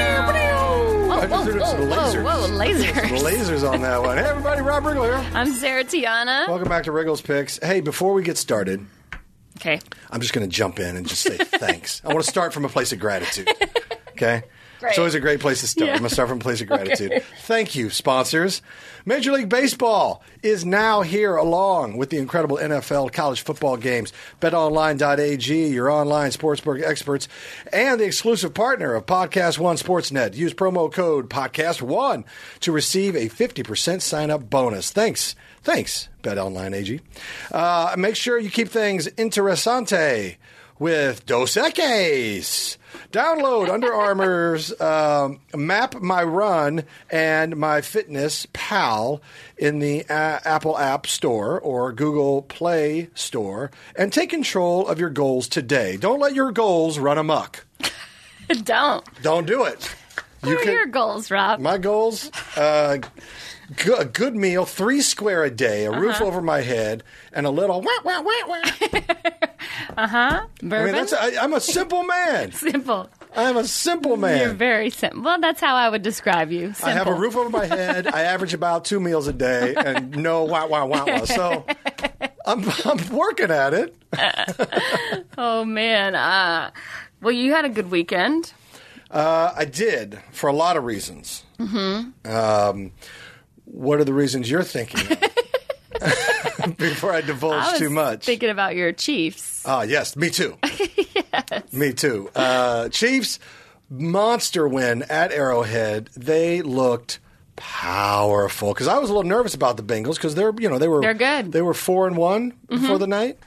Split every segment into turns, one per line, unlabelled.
I just heard some lasers.
whoa,
Some
lasers.
lasers on that one. Hey, everybody, Rob Riggle here.
I'm Sarah Tiana.
Welcome back to Riggle's Picks. Hey, before we get started,
Okay.
I'm just going to jump in and just say thanks. I want to start from a place of gratitude. Okay? It's always a great place to start. I'm going to start from a place of gratitude. Thank you, sponsors. Major League Baseball is now here along with the incredible NFL college football games. BetOnline.ag, your online sportsbook experts, and the exclusive partner of Podcast One Sportsnet. Use promo code Podcast One to receive a 50% sign up bonus. Thanks. Thanks, BetOnline AG. Uh, make sure you keep things interessante with Dos Equis. Download Under Armour's um, Map My Run and My Fitness Pal in the uh, Apple App Store or Google Play Store and take control of your goals today. Don't let your goals run amok.
Don't.
Don't do it. You
What are
can-
your goals, Rob?
my goals: uh, go- a good meal, three square a day,
Uh-huh.
a roof over my head, and a little. Wah, wah, wah, wah. I mean,
Bourbon?
that's I, I'm a simple man.
simple.
I'm a simple
You're
man.
very simple. Well, that's how I would describe you. Simple.
I have a roof over my head. I average about two meals a day, and no wah wah wah wah. So I'm I'm working at it.
Oh man. Uh, well, you had a good weekend.
Uh, I did for a lot of reasons. Mm-hmm. Um, what are the reasons you're thinking? of? Before I divulge
I was
too much.
Thinking about your Chiefs.
Ah, yes, me too. Me too. Uh, Chiefs, monster win at Arrowhead. They looked powerful because I was a little nervous about the Bengals because they're you know they were
They're good. Mm-hmm.
They were four and one before the night,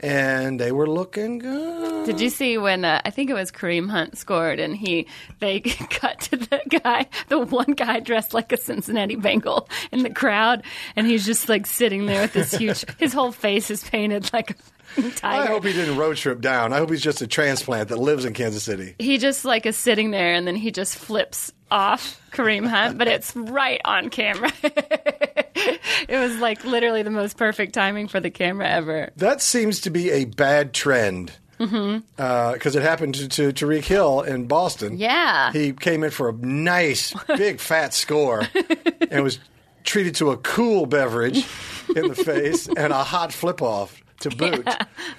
and they were looking good.
Did you see when uh, I think it was Kareem Hunt scored and he they cut to the guy, the one guy dressed like a Cincinnati Bengal in the crowd, and he's just like sitting there with this huge. his whole face is painted like a fucking tiger.
I hope he didn't road trip down. I hope he's just a transplant that lives in Kansas City.
he just like is sitting there and then he just flips off Kareem Hunt, but it's right on camera. it was like literally the most perfect timing for the camera ever.
That seems to be a bad trend because
Mm-hmm.
it happened to, to Tariq Hill in Boston.
Yeah.
he came in for a nice big fat score and was treated to a cool beverage in the face and a hot flip off to boot,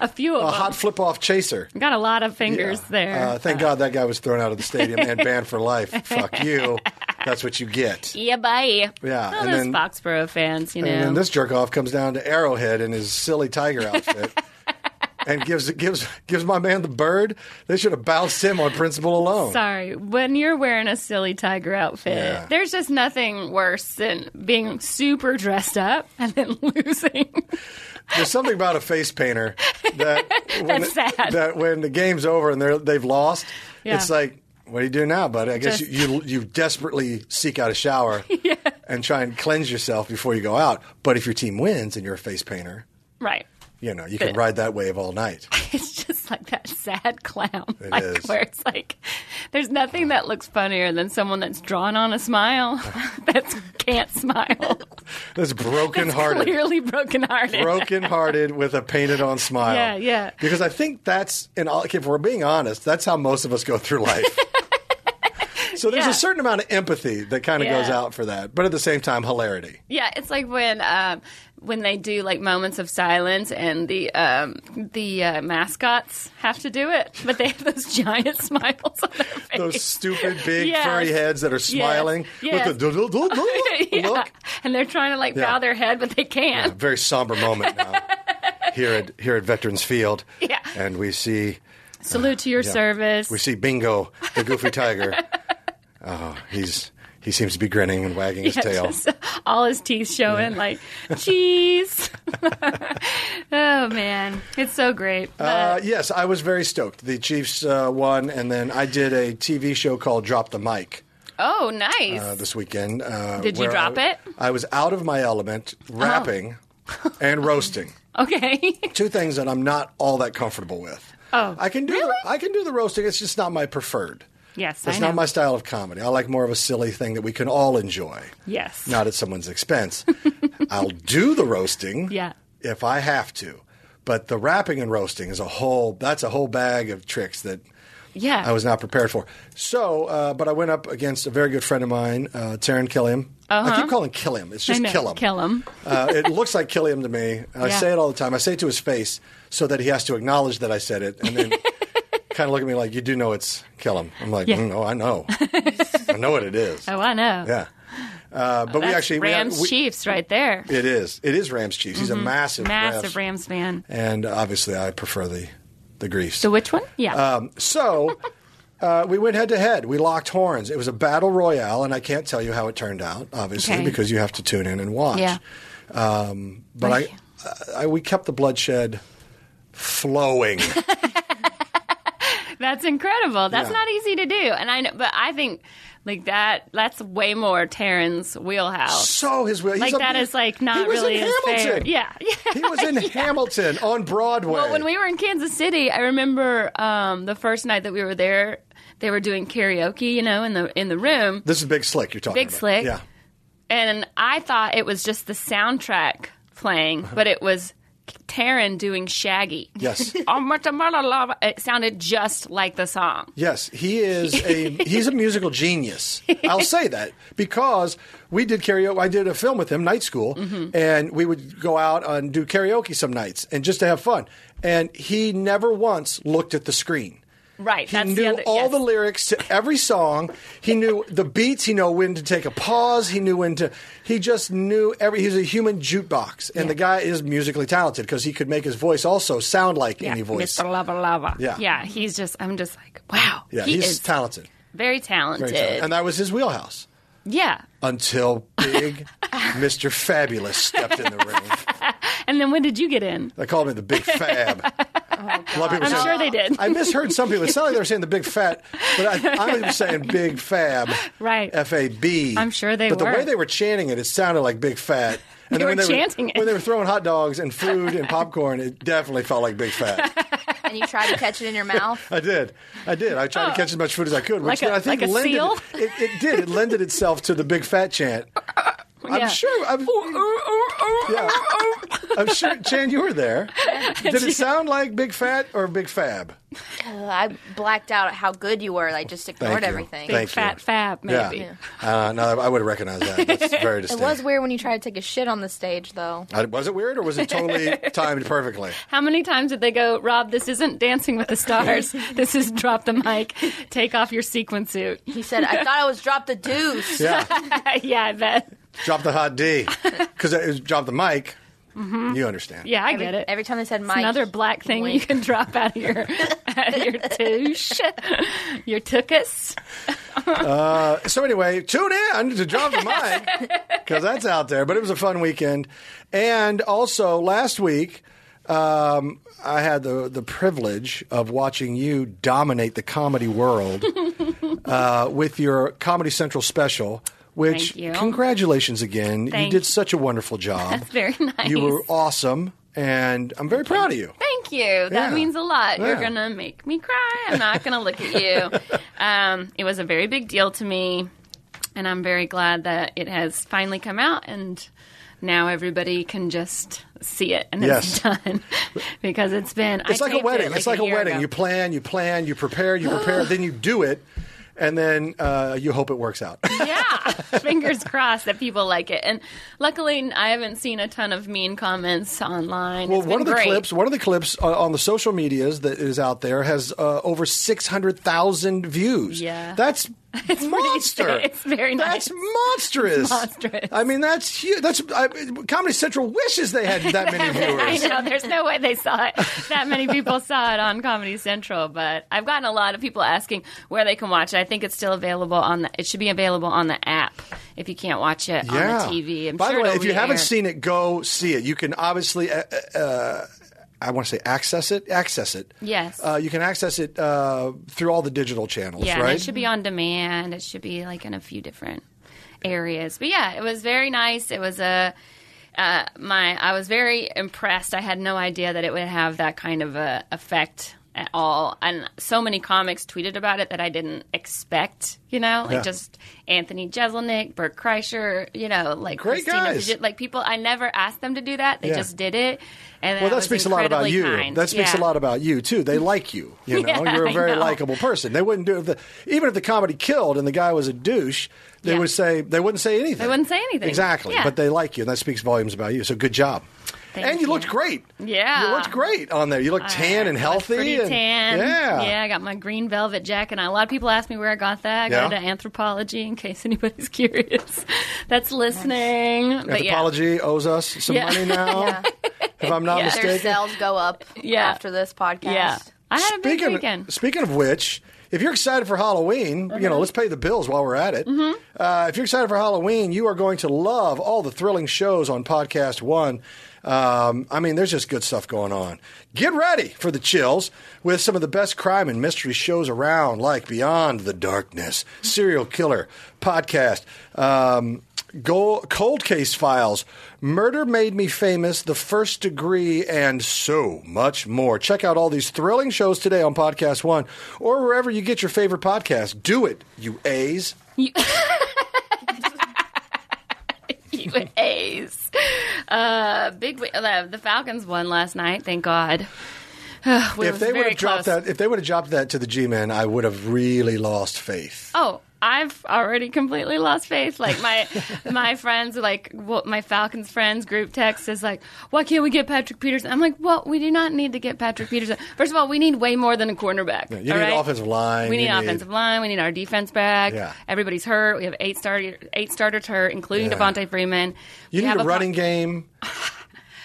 A few of
a
them
hot flip off chaser.
got a lot of fingers
Yeah.
there.
Uh, thank God that guy was thrown out of the stadium and banned for life. Fuck you. That's what you get.
yeah, bye.
Yeah,
All
and
those
then-
Foxborough fans, you know.
And then this jerk off comes down to Arrowhead in his silly tiger outfit. And gives gives gives my man the bird. They should have bounced him on principle alone.
Sorry, when you're wearing a silly tiger outfit,
Yeah.
there's just nothing worse than being super dressed up and then losing.
There's something about a face painter that when
That's
the,
sad.
that when the game's over and they're, they've lost,
Yeah.
it's like, what do you do now, buddy? I guess
Just-
you, you you desperately seek out a shower and try and cleanse yourself before you go out. But if your team wins and you're a face painter,
right.
you know you can
But-
ride that wave all night.
It's just like that sad clown, like
is.
where it's like there's nothing that looks funnier than someone that's drawn on a smile that can't smile,
That's broken hearted,
clearly brokenhearted.
broken hearted with a painted on smile.
Yeah, yeah.
Because I think that's and all- if we're being honest, that's how most of us go through life. So there's
Yeah.
a certain amount of empathy that kind of goes
Yeah.
out for that, but at the same time, hilarity.
Yeah, it's like when um, when they do like moments of silence and the um, the uh, mascots have to do it, but they have those giant smiles on their face.
those stupid big
Yes.
furry heads that are smiling
Yes.
with the dul- dul- dul- dul-
yeah.
look.
and they're trying to like
Yeah.
bow their head, but they
A
can't.
very somber moment now here at here at Veterans Field.
Yeah.
And we see
Salute to your
yeah.
service.
we see Bingo the Goofy Tiger. Oh, he's He seems to be grinning and wagging his
Yeah,
tail.
just all his teeth showing, like, cheese. oh, man. It's so great.
Uh,
But
yes, I was very stoked. The Chiefs uh, won, and then I did a TV show called Drop the Mic
oh, nice.
uh, this weekend. Uh,
Did you
where
drop
I-
it? Oh.
I was out of my element, rapping and roasting.
okay.
Two things that I'm not all that comfortable with.
Oh,
I can do
really?
the, I can do the roasting. It's just not my preferred.
yes,
It's
I know.
not my style of comedy. I like more of a silly thing that we can all enjoy,
yes.
not at someone's expense. I'll do the roasting
Yeah.
if I have to, but the rapping and roasting is a whole that's a whole bag of tricks that
yeah.
I was not prepared for. So, uh, but I went up against a very good friend of mine, uh, Taryn Killiam. I keep calling Killiam. It's just
Uh-huh. I know.
Killiam.
Kill him.
uh, it looks like Killiam to me. I
Yeah.
say it all the time. I say it to his face so that he has to acknowledge that I said it, and then kind of look at me like, "You do know it's Killiam." I'm like,
Yeah.
"Mm, "No, I know. I know what it is."
Oh, I know.
Yeah, uh, but we
That's
actually we-
Rams
we-
Chiefs right there.
It is. It is Rams Chiefs. He's a massive,
Massive Rams
Rams-
fan.
and obviously I prefer the the Griefs.
So which one? Yeah.
Um, so uh, we went head to head. We locked horns. It was a battle royale, and I can't tell you how it turned out, obviously,
Okay.
because you have to tune in and watch.
Yeah.
Um, but I,
Okay.
I, we kept the bloodshed flowing.
That's incredible. That's
Yeah.
not easy to do. And I know, but I think like that, that's way more Taryn's wheelhouse.
so his will. he's
Like
a-
that is like
he
not
was
really
in
his
Hamilton.
favorite. Yeah. Yeah.
He was in Hamilton on Broadway.
Well, when we were in Kansas City, I remember um, the first night that we were there, they were doing karaoke, you know, in the in the room,
this is Big Slick you're talking
Big
about.
Slick.
Yeah.
and I thought it was just the soundtrack playing, but it was Taryn doing Shaggy.
Uh-huh. Yes.
Oh, Marta, Marta, Lava. It sounded just like the song.
Yes, he is a he's a musical genius. I'll say that because we did karaoke. I did a film with him, Night School,
Mm-hmm.
and we would go out and do karaoke some nights and just to have fun. And he never once looked at the screen.
Right.
He
that's
knew
the other,
all
yes.
the lyrics to every song. He knew the beats. He knew when to take a pause. He knew when to. He just knew every. He's a human jukebox, and the guy is musically talented because he could make his voice also sound like
yeah,
any voice.
Mr. Lava Lava.
Yeah.
Yeah. He's just. I'm just like, wow.
Yeah,
he
he's
is
talented.
very talented.
Very talented. and that was his wheelhouse.
yeah.
until big Mr. Fabulous stepped in the ring.
And then when did you get in?
They called me the Big Fab. A lot of people
Oh, I'm
said-
sure they did.
I misheard some people. It sounded like they were saying the Big Fat, but I, I was saying Big Fab.
Right.
F A B.
I'm sure they
But the
were.
way they were chanting it, it sounded like Big Fat. And
They
then
were
when
chanting it.
When they were throwing hot dogs and food and popcorn, it definitely felt like Big Fat.
and you try to catch it in your mouth.
I did. I did. I tried to catch as much food as I could,
Oh. Like
which
a-
then I think
like a
lended,
seal?
It, it did. It lended itself to the Big Fat chant.
Yeah.
I'm sure. I'm, Yeah. I'm sure, Chan, you were there. Did it sound like Big Fat or Big Fab?
Ugh, I blacked out how good you were. and I just ignored
you.
everything.
Thank
Big fat
you.
fab, maybe.
Yeah. Uh, no, I would have recognized that. That's very
It
distinct.
was weird when you tried to take a shit on the stage, though.
I- was it weird or was it totally timed perfectly?
How many times did they go, Rob, this isn't Dancing with the Stars. this is drop the mic, take off your sequin suit.
He said, "I thought I was dropped the deuce."
Yeah.
yeah, I bet.
drop the hot D. Because it was drop the mic.
Mm-hmm.
You understand.
Yeah, I
Every,
get it.
every time they said
It's
Mike,
another black thing you can drop out of your, out of your douche, your tuchus.
So, anyway, tune in to drop the mic because that's out there. But it was a fun weekend. And also, last week, um, I had the, the privilege of watching you dominate the comedy world. uh, with your Comedy Central special, which
Thank you.
congratulations again.
Thank
you
you.
did such a wonderful job.
That's very nice.
You were awesome, and I'm very proud of you.
Thank you. That
Yeah.
means a lot. You're
Yeah.
going to make me cry. I'm not going to look at you. Um, it was a very big deal to me, and I'm very glad that it has finally come out and now everybody can just see it and
Yes.
it's done because it's been
It's like a wedding. it's like a, wedding. You plan, you plan, you prepare, you prepare, then you do it, and then uh, you hope it works out.
yeah. Fingers crossed that people like it. And luckily, I haven't seen a ton of mean comments online.
well,
It's
one
been
of the
great.
clips, one of the clips on, on the uh, social medias that is out there has uh, over 600,000 views.
Yeah.
That's It's monster.
pretty- it's very nice.
That's monstrous.
monstrous.
I mean, that's huge. That's I, Comedy Central wishes they had that many
I
viewers.
know there's no way they saw it. That many people saw it on Comedy Central, but I've gotten a lot of people asking where they can watch it. I think it's still available on the. It should be available on the app if you can't watch it
yeah.
on the TV. I'm
By
sure
the way,
it'll
if you haven't
re-air.
seen it, go see it. You can obviously. Uh, uh, I want to say access it. Access it.
Yes.
Uh, you can access it uh, through all the digital channels,
yeah, and
right?
it should be on demand. It should be like in a few different areas. But yeah, it was very nice. It was a uh, my I was very impressed. I had no idea that it would have that kind of a effect at all. And so many comics tweeted about it that I didn't expect. You know, like
Yeah.
just Anthony Jeselnik, Bert Kreischer. You know, like
Great
Christina
guys.
Pajit- like people. I never asked them to do that. They
Yeah.
just did it. And
Well,
I
that
was
speaks a lot about you.
incredibly kind.
That speaks
Yeah.
a lot about you too. They like you. You know,
Yeah,
you're a
I
very
know.
likable person. They wouldn't do it if the, even if the comedy killed and the guy was a douche. They
Yeah.
would say they wouldn't say anything. They
wouldn't say anything.
Exactly.
Yeah.
But they like you, and that speaks volumes about you. So good job.
Thank
and you,
you.
looked great.
Yeah.
you looked great on there. You looked tan and
I was
healthy.
Pretty
and-
tan.
Yeah,
I got my green velvet jacket. And a lot of people ask me where I got that. I got
Yeah.
it at anthropology in case anybody's curious that's listening. But yeah.
Anthropology owes us some
Yeah.
money now,
Yeah.
if I'm not
Yeah.
Their
mistaken.
sales go up
Yeah.
after this podcast.
Yeah. I had a big
speaking
weekend. Mm-hmm.
Of, speaking of which, if you're excited for Halloween, you know, let's pay the bills while we're at it. Uh, if you're excited for Halloween, you are going to love all the thrilling shows on Podcast One. Um, I mean, there's just good stuff going on. Get ready for the chills with some of the best crime and mystery shows around, like Beyond the Darkness, Serial Killer Podcast. Um, Go- Cold Case Files, Murder Made Me Famous, The First Degree, and so much more. Check out all these thrilling shows today on Podcast One or wherever you get your favorite podcast. Do it, you A's.
You A's. Uh, big. we- Uh, the Falcons won last night. Thank God. We
if
was
they would
very
have dropped
close.
that, if they would have dropped that to the G-men, I would have really lost faith.
oh i've already completely lost faith like my my friends like wh- my falcons friends group text is like why can't we get patrick peterson i'm like well we do not need to get patrick peterson first of all we need way more than a cornerback
you need offensive line,
we
you
need
need-
offensive line we need our defense back
Yeah.
everybody's hurt we have eight starter eight starters hurt including
Yeah.
Devontae freeman
You
We
need
have
a
pro-
running game.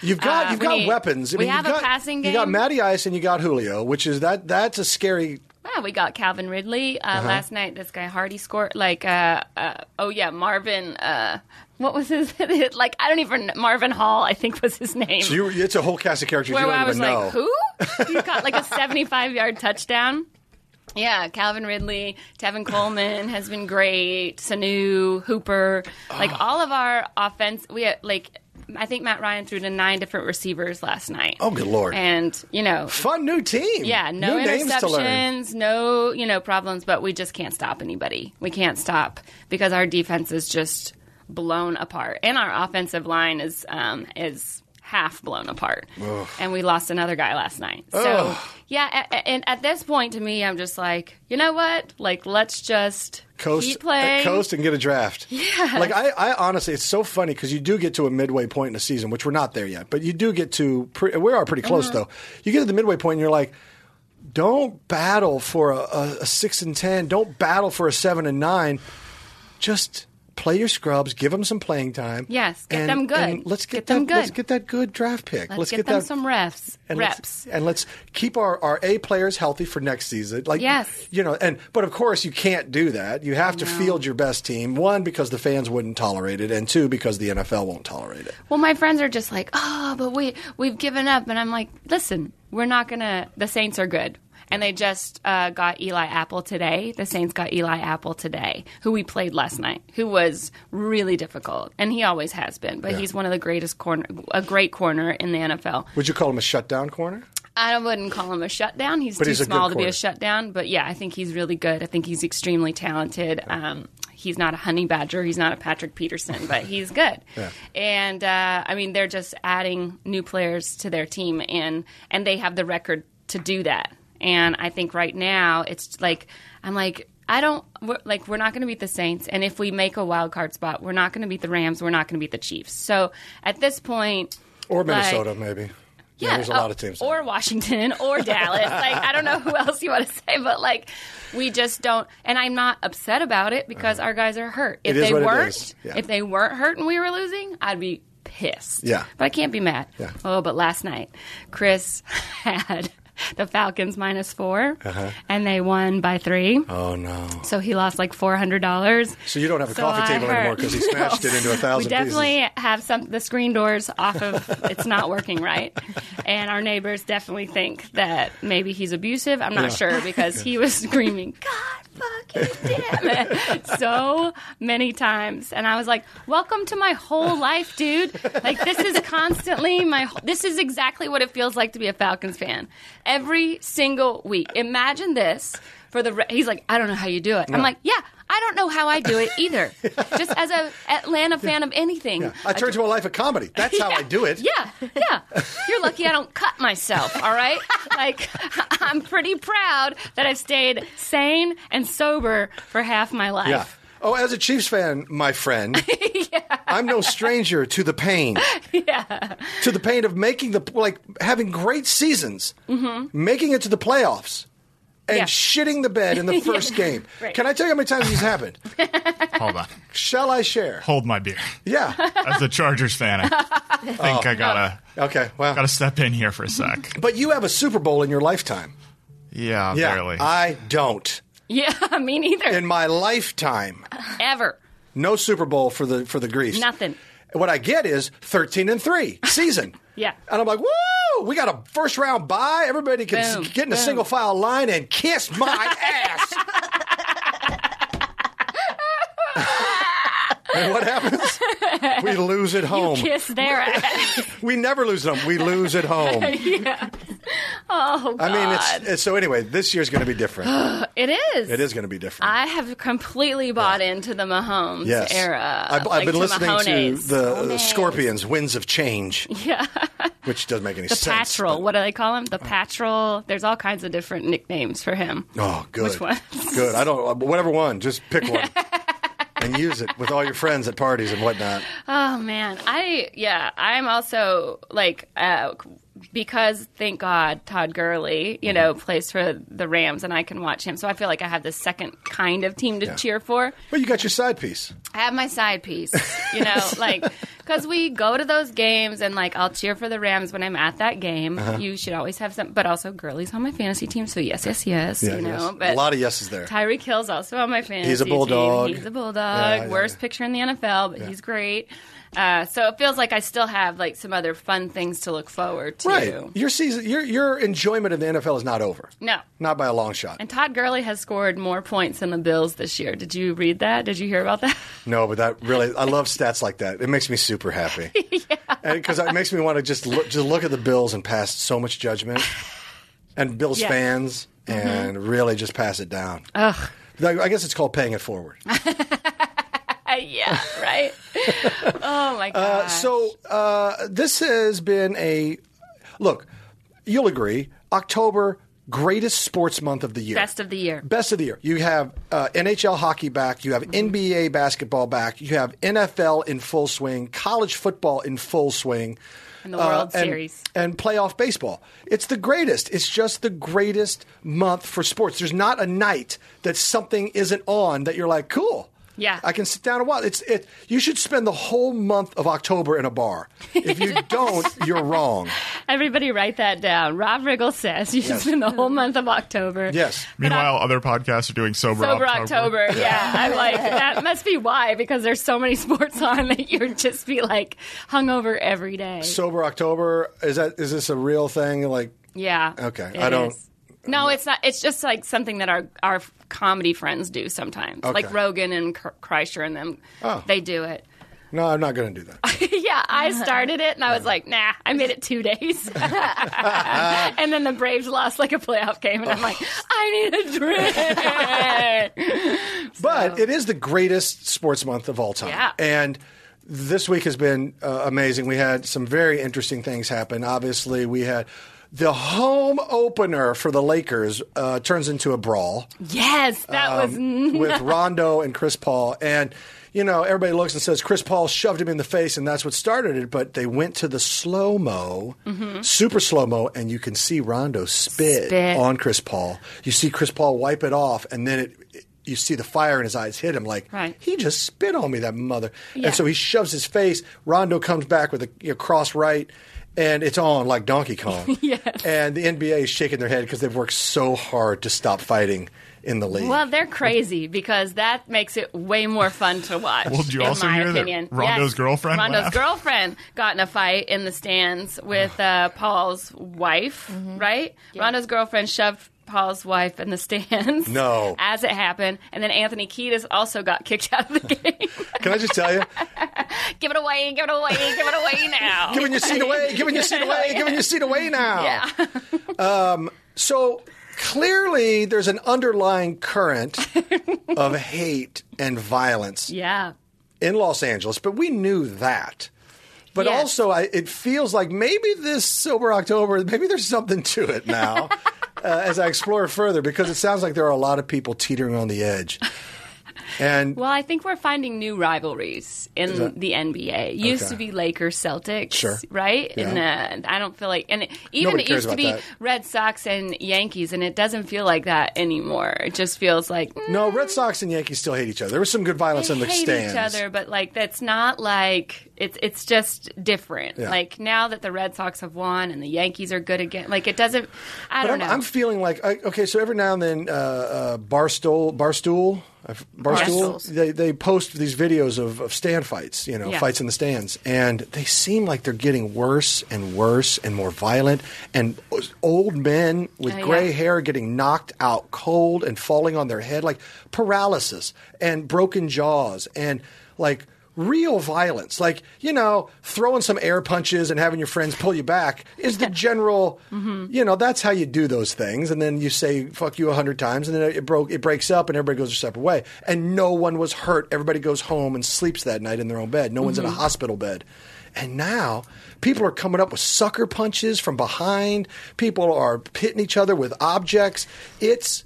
You've got
Uh,
you've
we
got
need-
weapons.
we
you've
have a
got,
passing
You got
game.
Matty Ice and you got Julio, which is that that's a scary
Wow, Ah, we got Calvin Ridley uh,
Uh-huh.
last night. This guy Hardy scored like, uh, uh, oh yeah, Marvin. Uh, what was his like? I don't even Marvin Hall. I think was his name.
So you, it's a whole cast of characters you
Where
don't
I
even
was
know.
like, who? He got like a seventy-five yard touchdown. Yeah, Calvin Ridley, Tevin Coleman has been great. Sanu Hooper, like
Ah.
all of our offense. We had, like, I think Matt Ryan threw to nine different receivers last night.
Oh, good Lord.
And you know,
Fun new team.
yeah, no
new names to learn.
interceptions, no you know problems, but we just can't stop anybody. We can't stop because our defense is just blown apart, and our offensive line is um, is half blown apart. And we lost another guy last night. So yeah, a- a- and at this point, to me, I'm just like, you know what? Like, let's just
Coast, uh,
keep playing.
coast, and get a draft. Yeah, like I, I honestly, it's so funny because you do get to a midway point in the season, which we're not there yet, but you do get to. Pre- we are pretty close
Uh-huh.
though. You get to the midway point, and you're like, don't battle for a, a, a six and ten. Don't battle for a seven and nine. Just play your scrubs. Give them some playing time.
Yes, get
and-
them good.
and let's
Get
get,
them
that, Let's
good.
get that good draft pick.
Let's, get, them
that
some refs,
and
reps.
Let's, and let's keep our, our A players healthy for next season. Like
Yes.
you know, and but of course you can't do that. You have to field your best team. One because the fans wouldn't tolerate it, and two because the NFL won't tolerate it.
Well, my friends are just like, oh, but we we've given up, and I'm like, listen, we're not gonna. The Saints are good, and they just uh, got Eli Apple today. The Saints got Eli Apple today, who we played last night, who was really difficult, and he always has been. But
Yeah.
he's one of the greatest corner, a great corner in the NFL.
Would you call him a shutdown corner?
I wouldn't call him a shutdown. He's
But
too
he's a good
small to be
quarter.
a shutdown. But yeah, I think he's really good. I think he's extremely talented. Um, he's not a honey badger. He's not a Patrick Peterson, but he's good.
Yeah.
And uh, I mean, they're just adding new players to their team, and and they have the record to do that. And I think right now it's like I'm like. I don't we're, like we're not going to beat the Saints, and if we make a wild card spot, we're not going to beat the Rams, we're not going to beat the Chiefs. So at this point,
Or
like-
Minnesota, maybe. Yeah, there's a lot of teams.
uh, Or Washington or Dallas. like, I don't know who else you want to say, but like, we just don't. And I'm not upset about it because our guys are hurt. If
Uh-huh. It is
they
what it
weren't,
is. Yeah.
if they weren't hurt and we were losing, I'd be pissed.
Yeah.
But I can't be mad.
Yeah.
Oh, but last night, Chris had the Falcons minus four, and they won by three.
Uh-huh. oh no!
So he lost like four hundred dollars.
So you don't have a
So
coffee
I
table anymore
heard.
because he smashed it into a thousand
We definitely
pieces.
have some the screen doors off of. it's not working right, and our neighbors definitely think that maybe he's abusive. I'm not sure because he was screaming, "God fucking damn it!" so many times, and I was like, "Welcome to my whole life, dude. Like this is constantly my. wh- This is exactly what it feels like to be a Falcons fan every single week. Imagine this." For the re- he's like, I don't know how you do it. I'm like, yeah, I don't know how I do it either. Just as a Atlanta fan of anything,
I turned to a life of comedy. That's how I do it.
yeah, yeah. You're lucky I don't cut myself, all right? Like, I'm pretty proud that I've stayed sane and sober for half my life.
Yeah. Oh, as a Chiefs fan, my friend, I'm no stranger to the pain. Yeah. To the pain of making the like having great seasons, making it to the playoffs, and
Mm-hmm. Yeah.
shitting the bed in the first game.
Right.
Can I tell you how many times this happened?
Hold on.
Shall I share?
Hold my beer.
Yeah.
As a Chargers fan, I think I gotta
Okay. Well.
gotta step in here for a sec.
But you have a Super Bowl in your lifetime.
Yeah,
Yeah.
barely.
I don't.
Yeah, me neither.
In my lifetime,
Ever.
no Super Bowl for the for the Grease.
Nothing.
What I get is thirteen and three season.
Yeah.
And I'm like, woo! We got a first round bye. Everybody can s
Boom,
get in a
boom.
single file line and kiss my ass. and what happens? We lose at home.
Kiss their ass.
We never lose at home. We lose at home.
yeah. Oh, God.
I mean, it's, it's so anyway. This year's going to be different.
It is.
It is going to be different.
I have completely bought into the Mahomes
yes.
era.
I, have
uh, like,
been listening
Mahones.
to the uh, Scorpions, Winds of Change. Yeah. Which doesn't make any
The
sense.
Patrol. What do they call him? The Patrol. There's all kinds of different nicknames for him.
Oh, good.
Which one?
good. I don't. uh, Whatever one, just pick one and use it with all your friends at parties and whatnot.
Oh man, I yeah, I'm also like uh, because thank God Todd Gurley, you know, plays for the Rams, and I can watch him. So I feel like I have this second kind of team to
Yeah.
cheer for.
Well, you got your side piece.
I have my side piece, you know, like because we go to those games and like I'll cheer for the Rams when I'm at that game.
Uh-huh.
You should always have some, but also Gurley's on my fantasy team, so yes, yes, yes, you know.
yes.
But
a lot of yeses there.
Tyreek Hill's also on my fantasy
He's a bulldog.
Team. He's a bulldog.
Yeah, yeah,
Worst
yeah.
picture in the NFL, but he's great. Uh, so it feels like I still have like some other fun things to look forward to.
right. Your season, your your enjoyment of the NFL is not over.
No.
Not by a long shot.
Mm. And Todd Gurley has scored more points than the Bills this year. Did you read that? Did you hear about that?
No, but that really, I love stats like that. It makes me super happy. Because it makes me want to just look, just look at the Bills and pass so much judgment and Bills
Yeah. Mm-hmm.
fans and really just pass it down. Ugh. I guess it's called paying it forward.
Uh, yeah, right. oh my god.
Uh, So uh, this has been a look. You'll agree. October greatest sports month of the year.
Best of the year.
Best of the year. You have uh, NHL hockey back. You have
Mm-hmm.
NBA basketball back. You have NFL in full swing. College football in full swing. uh,
And the World Series.
and playoff baseball. It's the greatest. It's just the greatest month for sports. There's not a night that something isn't on that you're like, cool.
Yeah.
I can sit down and watch. It's it. You should spend the whole month of October in a bar. If you don't, you're wrong.
Everybody write that down. Rob Riggle says you should
Yes.
spend the whole month of October.
Yes.
Meanwhile, other podcasts are doing sober,
Sober October, yeah. I'm like, that must be why, because there's so many sports on that you're just be like hungover every day.
Sober October is that? Is this a real thing? Like,
Yeah.
Okay,
it
I don't-
is. No, it's not. It's just like something that our our comedy friends do sometimes, like Rogan and K- Kreischer and them.
Oh.
They do it.
no, I'm not going to do that.
yeah, I started it and I was like, nah, I made it two days. and then the Braves lost like a playoff game, and I'm like, I need a drink.
But it is the greatest sports month of all time.
Yeah.
And this week has been uh, amazing. We had some very interesting things happen. Obviously, we had. The home opener for the Lakers uh, turns into a brawl.
yes, that was
with Rondo and Chris Paul. And you know, everybody looks and says Chris Paul shoved him in the face, and that's what started it. But they went to the slow mo, super slow mo, and you can see Rondo spit,
Mm-hmm. Spit.
on Chris Paul. You see Chris Paul wipe it off, and then it. it- you see the fire in his eyes hit him like
Right.
he just spit on me that mother
Yeah.
and so he shoves his face rondo comes back with a you know, cross right and it's on like donkey kong
Yes.
and the nba is shaking their head because they've worked so hard to stop fighting in the league
Well, they're crazy because that makes it way more fun to watch.
Well, did you
in
also
my
hear that
opinion.
Rondo's girlfriend
Rondo's
laughed?
girlfriend got in a fight in the stands with uh, Paul's wife, right? Rondo's girlfriend shoved Paul's wife in the stands.
No.
as it happened, and then Anthony Kiedis also got kicked out of the game.
can i just tell you
give it away! Give it away! Give it away now!
giving your seat away, giving your seat away, giving your seat away now. Yeah. um, so clearly, there's an underlying current of hate and violence
yeah.
in Los Angeles, but we knew that. But
Yes.
also, I, it feels like maybe this Sober October, maybe there's something to it now uh, as I explore it further because it sounds like there are a lot of people teetering on the edge. And
Well, I think we're finding new rivalries in the NBA. It used
Okay.
to be Lakers Celtics,
Sure.
right?
Yeah.
And uh, I don't feel like, and it, even
Nobody
it
cares
used to
about
be
that.
Red Sox and Yankees, and it doesn't feel like that anymore. It just feels like mm,
no, Red Sox and Yankees still hate each other. There was some good violence in
they
the
hate
stands.
each other, but like that's not like it's it's just different.
Yeah.
Like now that the Red Sox have won and the Yankees are good again, like it doesn't. I
But
don't
I'm,
know.
I'm feeling like I, okay. So every now and then, uh, uh, Barstool, Barstool, I've- Barstool,
Barstools.
they they post these videos of, of stand fights, you know,
Yeah.
fights in the stands, and they seem like they're getting worse and worse and more violent, and old men with
Oh, yeah.
gray hair getting knocked out cold and falling on their head, like paralysis and broken jaws and like. Real violence, like you know, throwing some air punches and having your friends pull you back, is the general
Mm-hmm.
you know that's how you do those things and then you say fuck you a hundred times and then it broke it breaks up and everybody goes their separate way and no one was hurt everybody goes home and sleeps that night in their own bed no one's
Mm-hmm.
in a hospital bed and now people are coming up with sucker punches from behind people are hitting each other with objects it's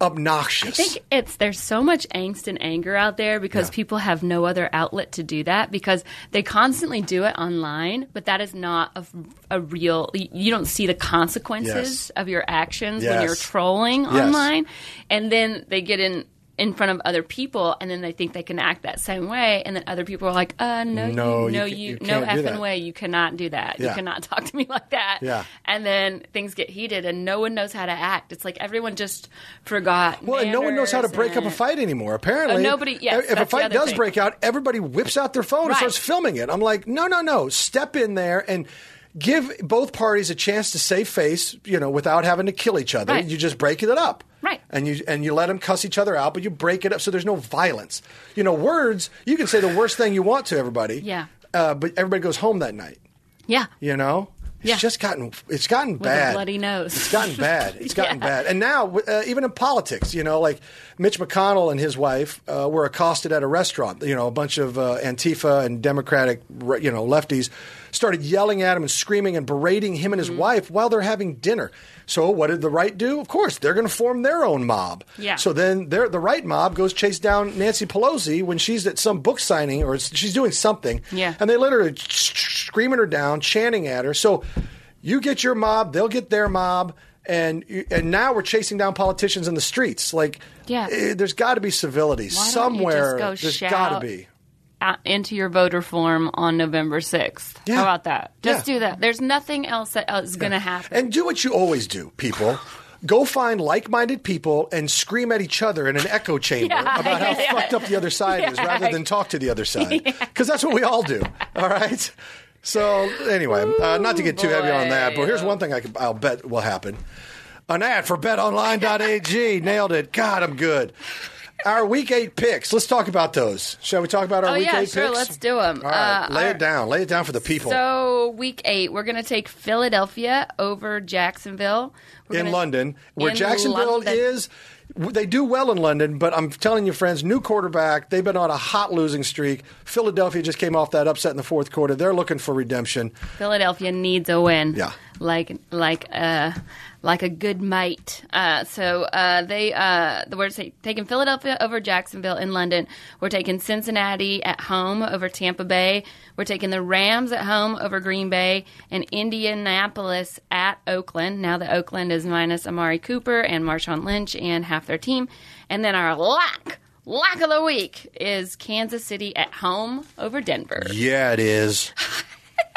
obnoxious
I think it's there's so much angst and anger out there because
Yeah.
people have no other outlet to do that because they constantly do it online, but that is not a, a real. You you don't see the consequences
Yes.
of your actions when you're
Yes.
trolling
Yes.
online, and then they get in. In front of other people, and then they think they can act that same way, and then other people are like, "Uh, no, you,
No, you
no,
ca-
you,
you
no
can't do that.
effing way, you cannot do that. You
Yeah.
cannot talk to me like that."
Yeah.
And then things get heated, and no one knows how to act. It's like everyone just forgot
Well, and no one knows how to
manners
break up a
and-
fight anymore. Apparently,
Uh, nobody- yes,
If a
that's the
fight
other
does
thing.
break out, everybody whips out their phone and
Right.
starts filming it. I'm like, no, no, no. Step in there and give both parties a chance to save face. You know, without having to kill each other.
Right.
You just break it up.
Right.
And you and you let them cuss each other out, but you break it up so there's no violence. You know, words. You can say the worst thing you want to everybody.
Yeah.
Uh, but everybody goes home that night.
Yeah.
You know. It's
Yeah.
just gotten it's gotten
With a
bad.
bloody nose.
It's gotten bad. It's gotten
Yeah.
bad. And now, uh, even in politics, you know, like Mitch McConnell and his wife uh, were accosted at a restaurant. You know, a bunch of uh, Antifa and Democratic, re- you know, lefties started yelling at him and screaming and berating him and
Mm.
his wife while they're having dinner. So, what did the right do? Of course, they're going to form their own mob.
Yeah.
So then they're- the right mob goes chase down Nancy Pelosi when she's at some book signing or it's- she's doing something.
Yeah.
And they literally screaming her down, chanting at her. So you get your mob, they'll get their mob, and you, and now we're chasing down politicians in the streets. Like,
Yeah.
eh, there's got to be civility
Why don't you
somewhere.
just go
there's
shout-
got to be.
Out into your voter form on November 6th.
Yeah.
How about that? Just
Yeah.
do that. There's nothing else that uh, is going to happen.
And do what you always do, people. Go find like-minded people and scream at each other in an echo chamber
Yeah,
about how
yeah.
fucked up the other side is,
Yeah.
rather than talk to the other side, because that's what we all do. All right. So anyway, uh, not to get too heavy on that, but here's one thing I can, I'll bet will happen: an ad for BetOnline.ag. Nailed it. God, I'm good. Our week eight picks. Let's talk about those. Shall we talk about our
Oh,
week
yeah,
eight
sure,
picks?
let's do 'em.
All right,
Uh,
lay
our-
it down. Lay it down for the people
so, week eight, we're going to take Philadelphia over Jacksonville. We're
in
gonna-
London, where
in
Jacksonville
London.
is. w- They do well in London, but I'm telling you, friends, new quarterback. They've been on a hot losing streak. Philadelphia just came off that upset in the fourth quarter. They're looking for redemption.
Philadelphia needs a win.
Yeah.
like like uh, like a good mate. Uh, so uh, they uh, the words say taking Philadelphia over Jacksonville in London. We're taking Cincinnati at home over Tampa Bay. We're taking the Rams at home over Green Bay and Indianapolis at Oakland. Now that Oakland is minus Amari Cooper and Marshawn Lynch and half their team, and then our lock. Lock of the week is Kansas City at home over Denver.
Yeah, it is.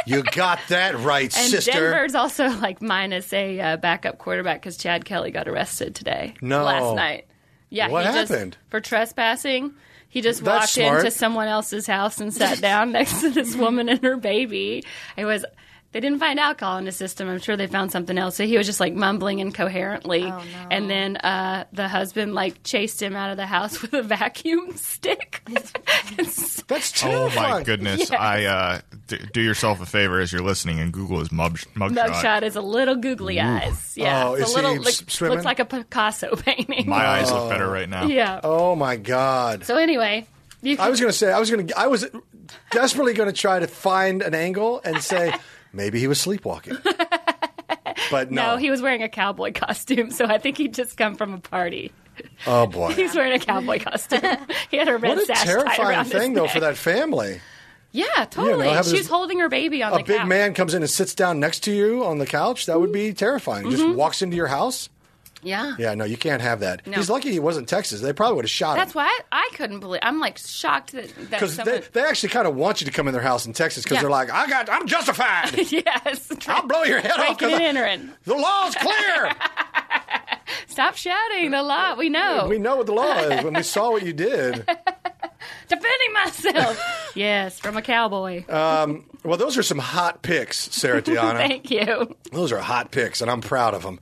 You got that right,
And
sister.
Denver's also like minus a uh, backup quarterback because Chad Kelly got arrested today.
No.
last night. Yeah,
What
he just-
happened?
for trespassing? He just
That's
walked
smart.
into someone else's house and sat down next to this woman and her baby. It was. They didn't find alcohol in his system. I'm sure they found something else. So he was just like mumbling incoherently, and then uh, the husband like chased him out of the house with a vacuum stick.
That's
Oh
terrifying.
my goodness! I uh, d- do yourself a favor as you're listening and Google his mug mugshot.
Mugshot is a little googly eyes. Yeah,
Oh,
it's
is
a little
he
look-
s- swimming?
looks like a Picasso painting.
My eyes look better right now.
yeah.
Oh my god.
So anyway, you
I was going to say I was going to I was desperately going to try to find an angle and say maybe he was sleepwalking. But no.
no, he was wearing a cowboy costume, so I think he'd just come from a party.
oh boy.
He's wearing a cowboy costume. he had her red
what a
sash tied
terrifying
around his
thing though for
neck.
that family.
Yeah, totally.
having
She's
this-
holding her baby on
A
the
big
couch.
man comes in and sits down next to you on the couch. That would
Mm-hmm.
be terrifying. Just walks into your house.
Yeah.
Yeah, no, you can't have that.
No.
He's lucky he wasn't Texas. They probably would have shot
That's
him.
why I, I couldn't believe. I'm like shocked that that
Because
someone.
they, they actually kind of want you to come in their house in Texas because
Yeah.
they're like, I got, I'm justified.
yes.
I'll blow your head off.
Breaking
Oh, 'cause
and
I-
entering.
The law's clear.
Stop shouting a lot. We know.
we know what the law is when we saw what you did.
Defending myself. yes, from a cowboy.
Uh, Well, those are some hot picks, Sarah Tiana.
Thank you.
those are hot picks, and I'm proud of them.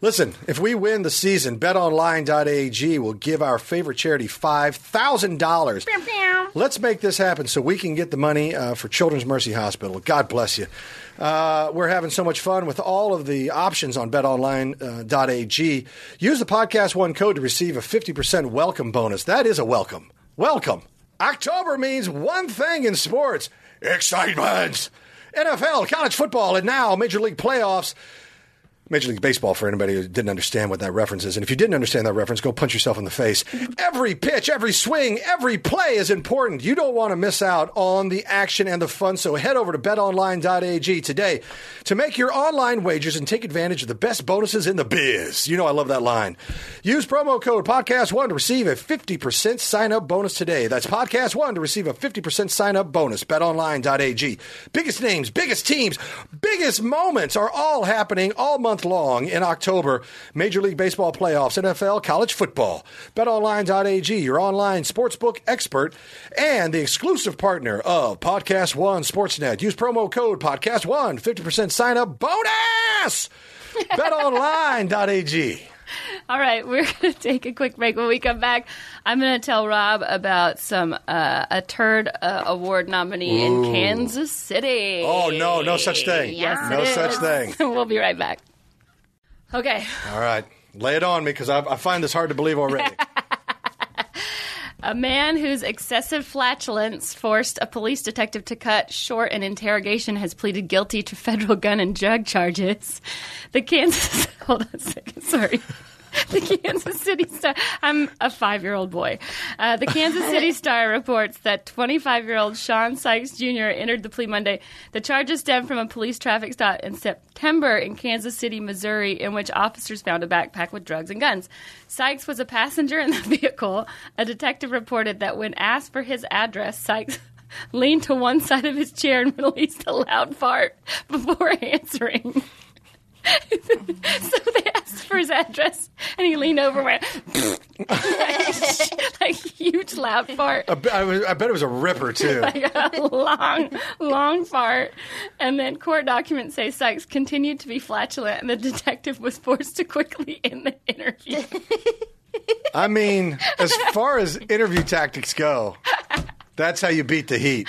Listen, if we win the season, betonline.ag will give our favorite charity $5,000. Let's make this happen so we can get the money uh, for Children's Mercy Hospital. God bless you. Uh, we're having so much fun with all of the options on uh, betonline.ag. Use the podcast one code to receive a 50% welcome bonus. That is a welcome. Welcome. October means one thing in sports excitement. NFL, college football, and now Major League Playoffs. Major League Baseball for anybody who didn't understand what that reference is. And if you didn't understand that reference, go punch yourself in the face. Every pitch, every swing, every play is important. You don't want to miss out on the action and the fun. So head over to betonline.ag today to make your online wagers and take advantage of the best bonuses in the biz. You know, I love that line. Use promo code podcast1 to receive a 50% sign up bonus today. That's podcast1 to receive a 50% sign up bonus. BetOnline.ag. Biggest names, biggest teams, biggest moments are all happening all month long in October. Major League Baseball playoffs, NFL, college football. BetOnline.ag, your online sportsbook expert and the exclusive partner of Podcast One Sportsnet. Use promo code Podcast One, 50% sign up bonus. BetOnline.ag.
All right, we're going to take a quick break. When we come back, I'm going to tell Rob about some uh, a turd uh, award nominee in Kansas City.
Oh, no, no such thing.
Yes,
no
it is.
such thing.
we'll be right back. Okay,
All right. Lay it on me because I, I find this hard to believe already.
a man whose excessive flatulence forced a police detective to cut short an interrogation has pleaded guilty to federal gun and drug charges. The Kansas. Hold on a second. Sorry. the Kansas City Star. I'm a five year old boy. Uh, the Kansas City Star reports that 25 year old Sean Sykes Jr. entered the plea Monday. The charges stem from a police traffic stop in September in Kansas City, Missouri, in which officers found a backpack with drugs and guns. Sykes was a passenger in the vehicle. A detective reported that when asked for his address, Sykes. Leaned to one side of his chair and released a loud fart before answering. So they asked for his address, and he leaned over and went, like, like huge loud fart,
I, bet- I was- I bet it was a ripper, too.
long, long fart. And then court documents say Sykes continued to be flatulent, and the detective was forced to quickly end the interview.
I mean, as far as interview tactics go, that's how you beat the heat.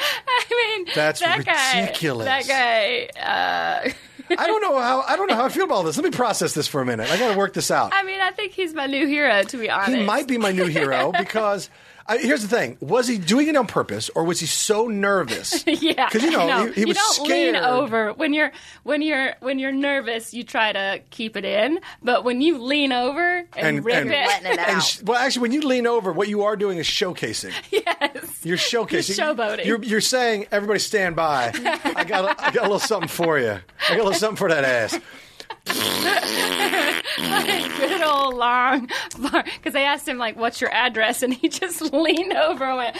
I mean,
That's
that guy,
ridiculous.
That guy. Uh,
I don't know how I don't know how I feel about all this. Let me process this for a minute. I got to work this out.
I mean, I think he's my new hero, to be honest.
He might be my new hero because I, here's the thing: was he doing it on purpose, or was he so nervous?
Yeah,
because you know
no,
he, he
you
was
don't
scared.
lean over when you're when you're when you're nervous. You try to keep it in, but when you lean over and,
And-
rip
and-
it,
Letting it out.
And sh- well, actually, when you lean over, what you are doing is showcasing.
yes,
You're showcasing.
You're showboating.
You're, you're saying, "Everybody, stand by. I got, a, I got a little something for you. I got a little something for that ass."
good old long bar. Because I asked him like, "What's your address?" and he just leaned over and went,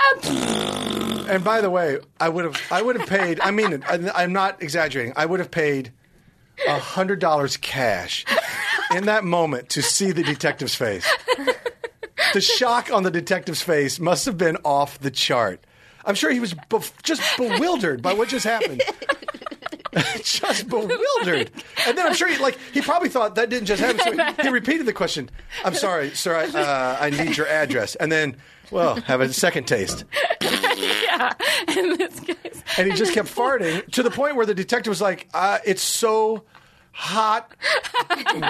"Oh,
And by the way, I would have, I would have paid. I mean, it. I, I'm not exaggerating. I would have paid hundred dollars cash in that moment to see the detective's face. The shock on the detective's face must have been off the chart. I'm sure he was bef- just bewildered by what just happened. just bewildered, and then I'm sure he like he probably thought that didn't just happen. So he, he repeated the question. I'm sorry, sir. I, uh, I need your address, and then well, have a second taste.
yeah." And this guy's
and he just kept farting to the point where the detective was like, uh, "It's so hot,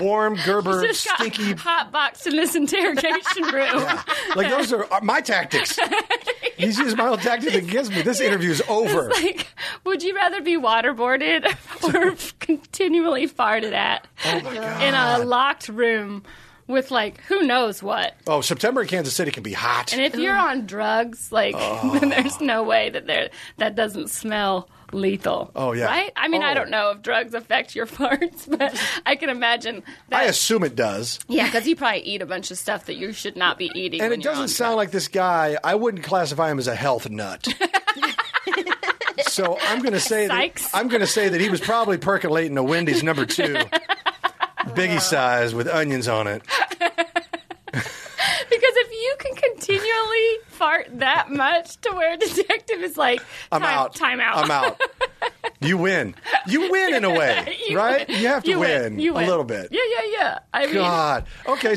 warm Gerber,
just got
stinky."
hot boxed in this interrogation room.
Like those are are my tactics. He's used my old tactics against me. This interview's over.
Like, would you rather be waterboarded or continually farted at
Oh,
in a locked room with like who knows what?
Oh, September in Kansas City can be hot.
And if you're on drugs, like
Oh.
then there's no way that there that doesn't smell lethal.
Oh, yeah.
right. I mean,
Oh.
I don't know if drugs affect your farts, but I can imagine that.
I assume it does.
yeah, because you probably eat a bunch of stuff that you should not be eating.
And
when
it
you're on
doesn't sound like this guy. I wouldn't classify him as a health nut. so I'm going to say
Sykes.
that I'm going to say that he was probably percolating a Wendy's number two, biggie size with onions on it.
Because if you can continually fart that much to where a detective is like,
I'm
time,
out.
time out.
I'm out. You win. You win in a way,
You
right?
win.
You have to
You
win,
You
a little bit.
Yeah, yeah, yeah. I mean,
God. Okay,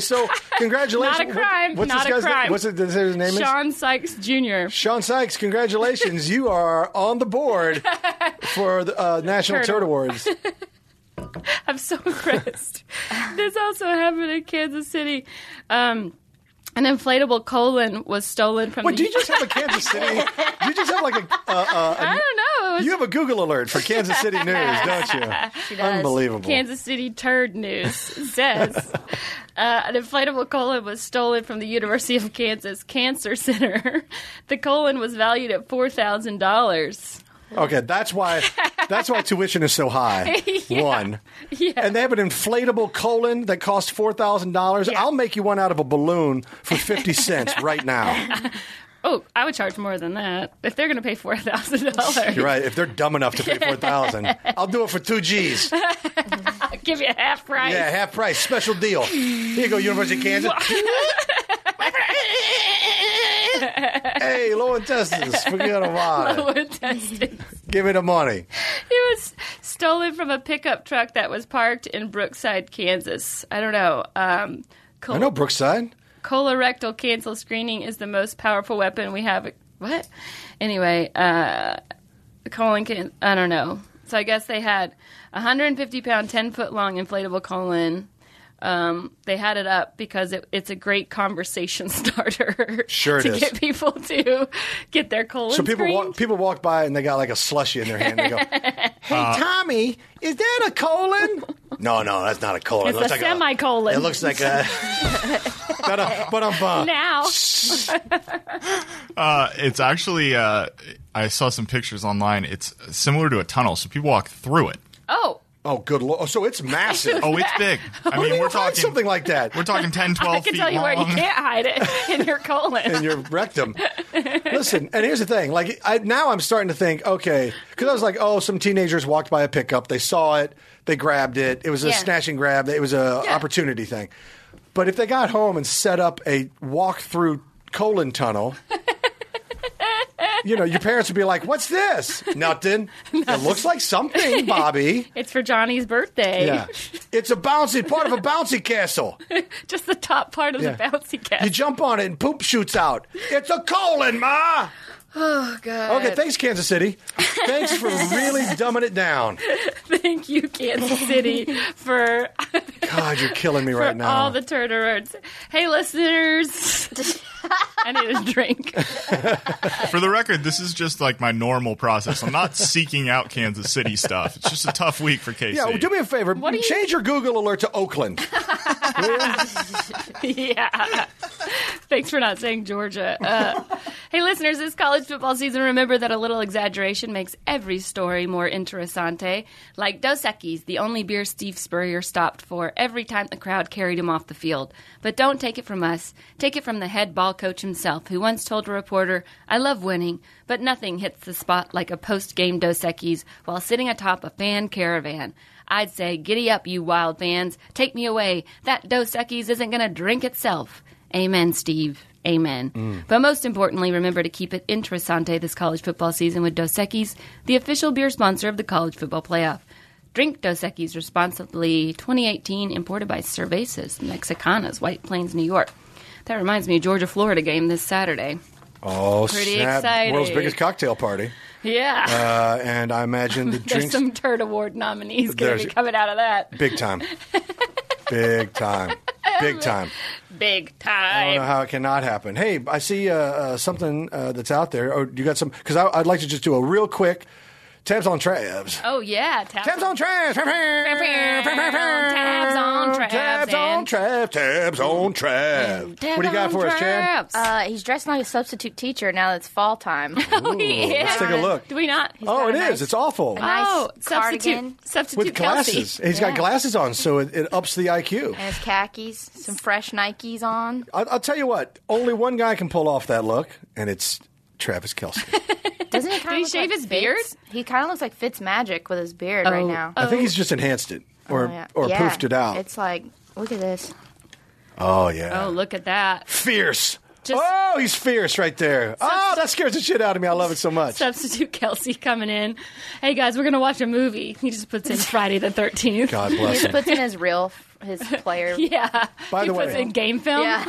so congratulations.
Not a crime.
What- what's
Not
this
a
guy's
crime.
Name? What's it, does it say his name is?
Sean Sykes Jr.
Sean Sykes, congratulations. you are on the board for the uh, National Turd,
Turd
Awards.
I'm so impressed. this also happened in Kansas City. Um, an inflatable colon was stolen from
Wait,
the.
do you just have a Kansas City? Do you just have like a. Uh, uh,
I don't know. It was
you have a Google alert for Kansas City news, don't you?
She does.
Unbelievable.
Kansas City Turd News says uh, an inflatable colon was stolen from the University of Kansas Cancer Center. The colon was valued at four thousand dollars.
Okay, that's why that's why tuition is so high. One. And they have an inflatable colon that costs four thousand dollars. I'll make you one out of a balloon for fifty cents right now.
Oh, I would charge more than that if they're going to pay four thousand dollars.
You're right. If they're dumb enough to pay four thousand, I'll do it for two G's.
Give you half price.
Yeah, half price, special deal. Here you go, University of Kansas. hey, low intestines, forget about it.
Lower intestines.
Give me the money.
It was stolen from a pickup truck that was parked in Brookside, Kansas. I don't know. Um, col-
I know Brookside.
colorectal cancer screening is the most powerful weapon we have. What? Anyway, uh, colon can I don't know. So I guess they had a 150 pound, 10 foot long inflatable colon. Um, they had it up because it, it's a great conversation starter.
Sure it
to
is.
get people to get their colon.
So people
screened.
walk, people walk by and they got like a slushy in their hand. They go, "Hey,
Uh,
Tommy, is that a colon?" No, no, that's not a colon.
It's a semicolon.
It looks like a. but i but I'm bummed.
now.
Uh, it's actually uh, I saw some pictures online. It's similar to a tunnel, so people walk through it.
Oh,
Oh, good lord! Oh, so it's massive.
Oh, it's big. I mean, we're
Find
talking
something like that
We're talking 10, 12
I can
feet
tell you where you
long.
can't hide it in your colon.
in your rectum. Listen, and here's the thing. Like I, now, I'm starting to think, okay, because I was like, oh, some teenagers walked by a pickup, they saw it, they grabbed it. It was a
Yeah.
snatch and grab. It was a opportunity thing. But if they got home and set up a walk through colon tunnel. You know, your parents would be like, "What's this? Nothing. It looks like something, Bobby.
It's for Johnny's birthday.
Yeah, it's a bouncy part of a bouncy castle.
Just the top part of
Yeah.
the bouncy
You
castle.
jump on it and poop shoots out. It's a colon, ma.
Oh god.
Okay, thanks, Kansas City. Thanks for really dumbing it down.
Thank you, Kansas City, for,
God, you're killing me
for
right now.
all the turn arounds. Hey, listeners. I need a drink.
For the record, this is just like my normal process. I'm not seeking out Kansas City stuff. It's just a tough week for KC.
yeah, well, do me a favor.
What do you-
Change your Google alert to Oakland.
yeah. Thanks for not saying Georgia. Uh, hey, listeners, this college football season, remember that a little exaggeration makes every story more interessante. Like Dos Equis, the only beer Steve Spurrier stopped for every time the crowd carried him off the field. But don't take it from us. Take it from the head ball coach himself, who once told a reporter, I love winning, but nothing hits the spot like a post game Dos Equis while sitting atop a fan caravan. I'd say, giddy up, you wild fans. Take me away. That Dos Equis isn't going to drink itself. Amen, Steve. Amen.
Mm.
But most importantly, remember to keep it interessante this college football season with Dos Equis, the official beer sponsor of the college football playoff. Drink Dos Equis responsibly. 2018, imported by Cervezas Mexicanas, White Plains, New York. That reminds me, Georgia Florida game this Saturday.
Oh,
Pretty
snap. World's
exciting.
biggest cocktail party.
Yeah,
Uh, and I imagine the
there's
drinks
some Turd Award nominees going to
There's-
be coming out of that
big time. Big time. Big time.
big
I don't know
time.
how it cannot happen. Hey, I see uh, uh, something uh, that's out there. Oh, you got some? Because I'd like to just do a real quick tabs on uh, trash.
Oh yeah, tap
Tabs on trash. Tabs
Tabs on trash.
Tabs on trash. Tabs on trash. What do you got for us, Chad?
Uh, he's dressed like a substitute teacher now that it's fall time.
Let's take a look.
Do we not?
Oh, it
got a nice-
is. It's awful.
nice
oh,
cardigan.
substitute, substitute
With
Kelsey.
glasses. He's got glasses on, so it, it ups the IQ.
and his khakis, some fresh Nikes on.
I'll, I'll tell you what, only one guy can pull off that look, and it's Travis Kelsey.
Doesn't he kind
he
of
shave his beard?
He kind of looks like Fitz Magic with his beard right
Oh.
now.
I think he's just enhanced it or,
Oh, yeah.
or
Yeah.
poofed it out.
It's like, look at this.
oh, yeah.
Oh, look at that.
fierce.
Just-
oh, he's fierce right there. oh, that scares the shit out of me. I love it so much.
Substitute Kelsey coming in. Hey guys, we're gonna watch a movie. He just puts in Friday the Thirteenth.
God
He
bless
just
him.
puts in his real, his player.
Yeah.
By
he
the
puts
way-
in game film.
Yeah.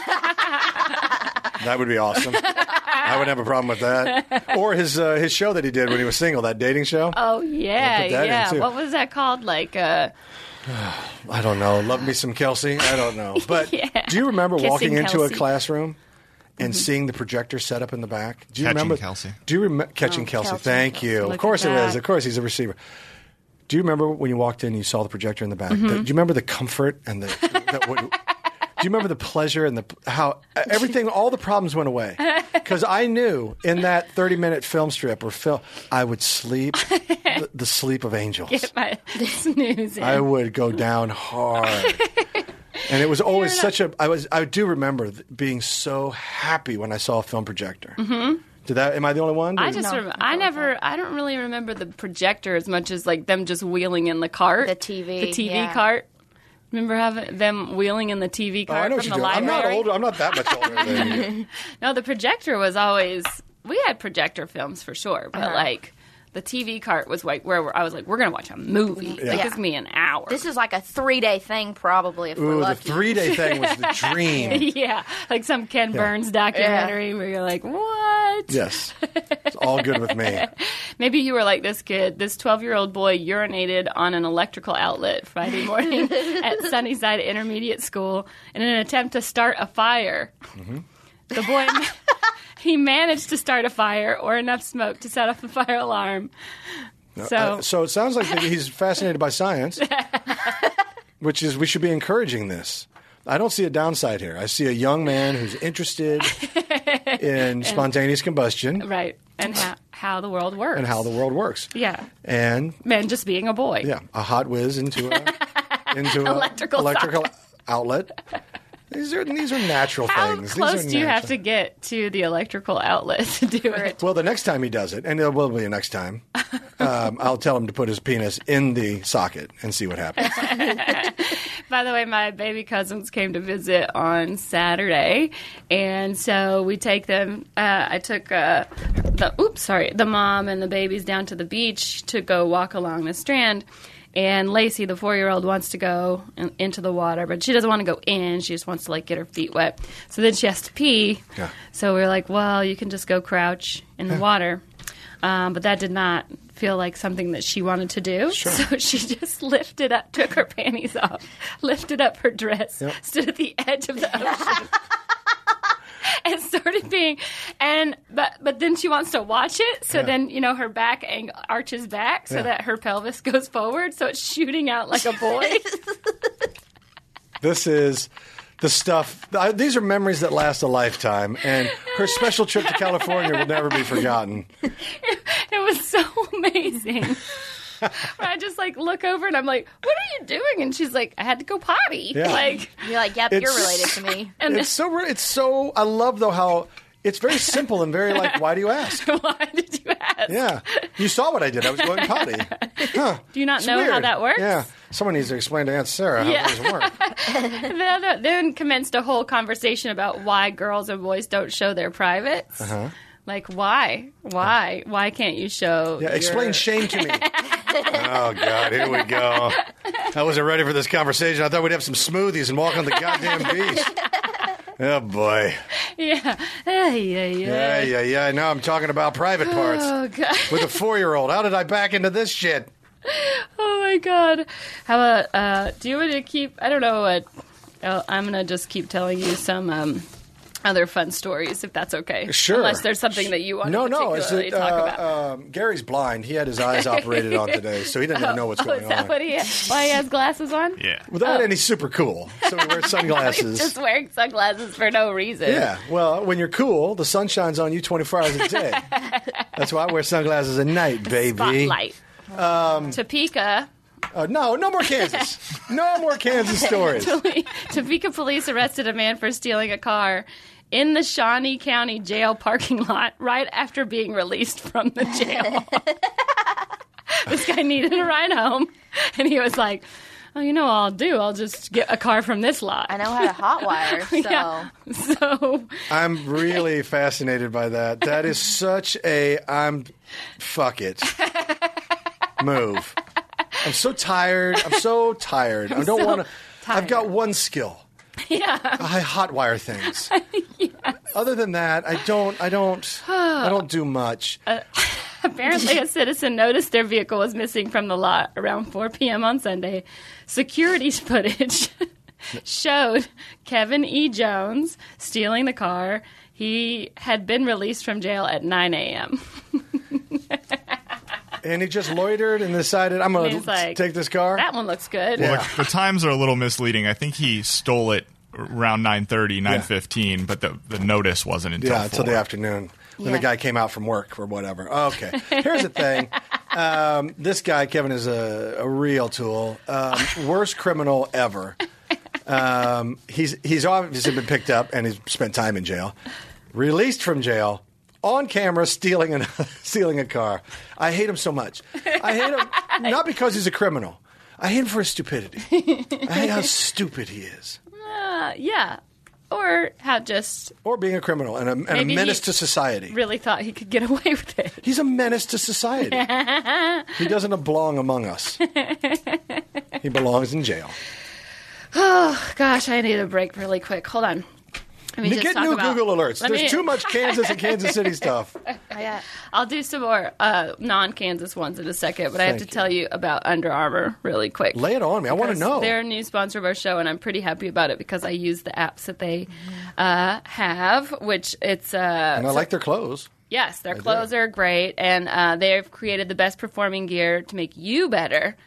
That would be awesome. I wouldn't have a problem with that. Or his uh, his show that he did when he was single, that dating show.
Oh yeah,
Put that in,
yeah.
too.
What was that called? Like uh,
I don't know. Love me some Kelsey. I don't know. But do you remember
Kissing
walking into
Kelsey.
a classroom and seeing the projector set up in the back? Do you
Catching
remember
Kelsey.
Do you remember catching Kelsey?
Kelsey,
Thank
Kelsey.
you.
Look
of
at
course it
that.
is. Of course he's a receiver. Do you remember when you walked in and you saw the projector in the back? The- do you remember the comfort and the that would, Do you remember the pleasure and the how e, everything all the problems went away? Cuz I knew in that 30-minute film strip or film I would sleep the, the sleep of angels.
my snooze. in.
I would go down hard. and it was always such a I was I do remember th- being so happy when I saw a film projector. Mm-hmm. Did that am I the only one?
I
Did-
just
No,
rem-
I
I
don't
never I don't really remember the projector as much as like them just wheeling in the cart,
The TV,
the TV
yeah.
cart. Remember having them wheeling in the TV
Oh,
cart
I know what
from
you
the
do. I'm
library?
not older. I'm not that much older than you.
No, the projector was always. We had projector films for sure, but
Uh-huh.
like the TV cart was like where we're, I was like, we're gonna watch a movie. Like,
Yeah.
It took me an hour.
This is like a three day thing, probably, if we're
Ooh, the
lucky.
three day thing was the dream.
yeah, like some Ken Burns documentary where you're like, what?
yes. It's all good with me.
Maybe you were like this kid, this 12 year old boy urinated on an electrical outlet Friday morning at Sunnyside Intermediate School in an attempt to start a fire. The boy. He managed to start a fire or enough smoke to set off the fire alarm. So,
Uh, so it sounds like that he's fascinated by science, which is we should be encouraging this. I don't see a downside here. I see a young man who's interested in spontaneous combustion
right, and how, how the world works
and how the world works.
yeah,
And
man, just being a boy.
yeah, a hot whiz into a into a
Electrical
electrical outlet. These are these are natural
How
things. These are
close do you have
natural-
to get to the electrical outlet to do it?
Well, the next time he does it, and there will be a next time, um, I'll tell him to put his penis in the socket and see what happens.
By the way, my baby cousins came to visit on Saturday, and so we take them. Uh, I took uh, the oops, sorry, the mom and the babies down to the beach to go walk along the strand. And Lacey, the four-year-old, wants to go in, into the water, but she doesn't want to go in. She just wants to like get her feet wet. So then she has to pee.
Yeah.
So we were like, well, you can just go crouch in the water. Um, but that did not feel like something that she wanted to do. So she just lifted up, took her panties off, lifted up her dress,
Yep.
stood at the edge of the ocean. And started being, and but but then she wants to watch it. So
Yeah.
then you know her back ang- arches back so
Yeah.
that her pelvis goes forward. So it's shooting out like a boy.
This is the stuff. I- These are memories that last a lifetime, and her special trip to California will never be forgotten.
It was so amazing. When I just like look over and I'm like, "What are you doing?" And she's like, "I had to go potty."
Yeah.
Like,
You're like, yep, you're
It's-
related to me.
and
It's so. re- It's so. I love though how it's very simple and very like. Why do you ask?
why did you ask?
Yeah, you saw what I did. I was going potty. Huh.
Do you not
It's
know how
weird.
that works?
Yeah, someone needs to explain to Aunt Sarah how
Yeah.
things work.
Then, then commenced a whole conversation about why girls and boys don't show their privates.
Uh-huh.
Like, why? Why? Why can't you show?
Yeah,
your-
explain shame to me. oh God, here we go. I wasn't ready for this conversation. I thought we'd have some smoothies and walk on the goddamn beach. Oh boy.
Yeah. Yeah, yeah,
Yeah,
yeah.
yeah, yeah. Now I'm talking about private parts
Oh god.
with a four year old. How did I back into this shit?
Oh my god. How about uh, do you want to keep? I don't know what. Oh, I'm gonna just keep telling you some um, other fun stories if that's okay.
Sure.
Unless there's something that you want
No,
to
no. It's
particularly
that,
talk about.
uh, um, Gary's blind. He had his eyes operated on today, so he didn't even know what's
oh,
going
is that
on.
what he? Why he has glasses on?
Yeah.
Well, that and he's super cool, so he wears sunglasses.
Oh. Just wearing sunglasses for no reason.
Yeah. Well, when you're cool, the sun shines on you 24 hours a day. That's why I wear sunglasses at night, baby.
Spotlight. Topeka.
Uh, no, no more Kansas. no more Kansas stories.
Topeka police arrested a man for stealing a car in the Shawnee County jail parking lot right after being released from the jail. this guy needed a ride home, and he was like, Oh, you know what I'll do? I'll just get a car from this lot.
I know how to hotwire, so
Yeah. So
I'm really fascinated by that. That is such a I'm fuck it move. I'm so tired. I'm so tired. I don't
so
want to. I've
tired.
got one skill.
yeah,
I hotwire things. Other than that, I don't. I don't. I don't do much.
Uh. apparently a citizen noticed their vehicle was missing from the lot around 4 p.m. on Sunday. Security's footage showed Kevin E. Jones stealing the car. He had been released from jail at 9 a.m.
and he just loitered and decided I'm going
He's
to
like,
take this car.
That one looks good.
Well, the, the times are a little misleading. I think he stole it around 9.30, 9.15, but the, the notice wasn't until
yeah, until the
four.
afternoon when the
Yeah.
guy came out from work or whatever. Okay, here's the thing. Um, this guy Kevin is a, a real tool. Um, worst criminal ever. Um, he's he's obviously been picked up and he's spent time in jail, released from jail. On camera, stealing a stealing a car. I hate him so much. I hate him not because he's a criminal. I hate him for his stupidity. I hate how stupid he is.
Uh, yeah. Or how just
or being a criminal and a, and a
Maybe
menace
he-
to society.
really thought he could get away with it.
He's a menace to society. he doesn't belong among us. he belongs in jail.
Gosh, I need a break really quick. Hold on. Let me
You
just
get
talk
new
about-
Google alerts.
Let
There's
me-
too much Kansas and Kansas City stuff.
I got-
uh, I'll do some more uh, non Kansas ones in a second, but I have to
Thank
tell you about Under Armour really quick.
Lay it on me. I want to
Because
know.
They're a new sponsor of our show, and I'm pretty happy about it because I use the apps that they uh, have, which it's uh,
and I like their clothes.
yes, their clothes are great, and uh, they've created the best performing gear to make you better.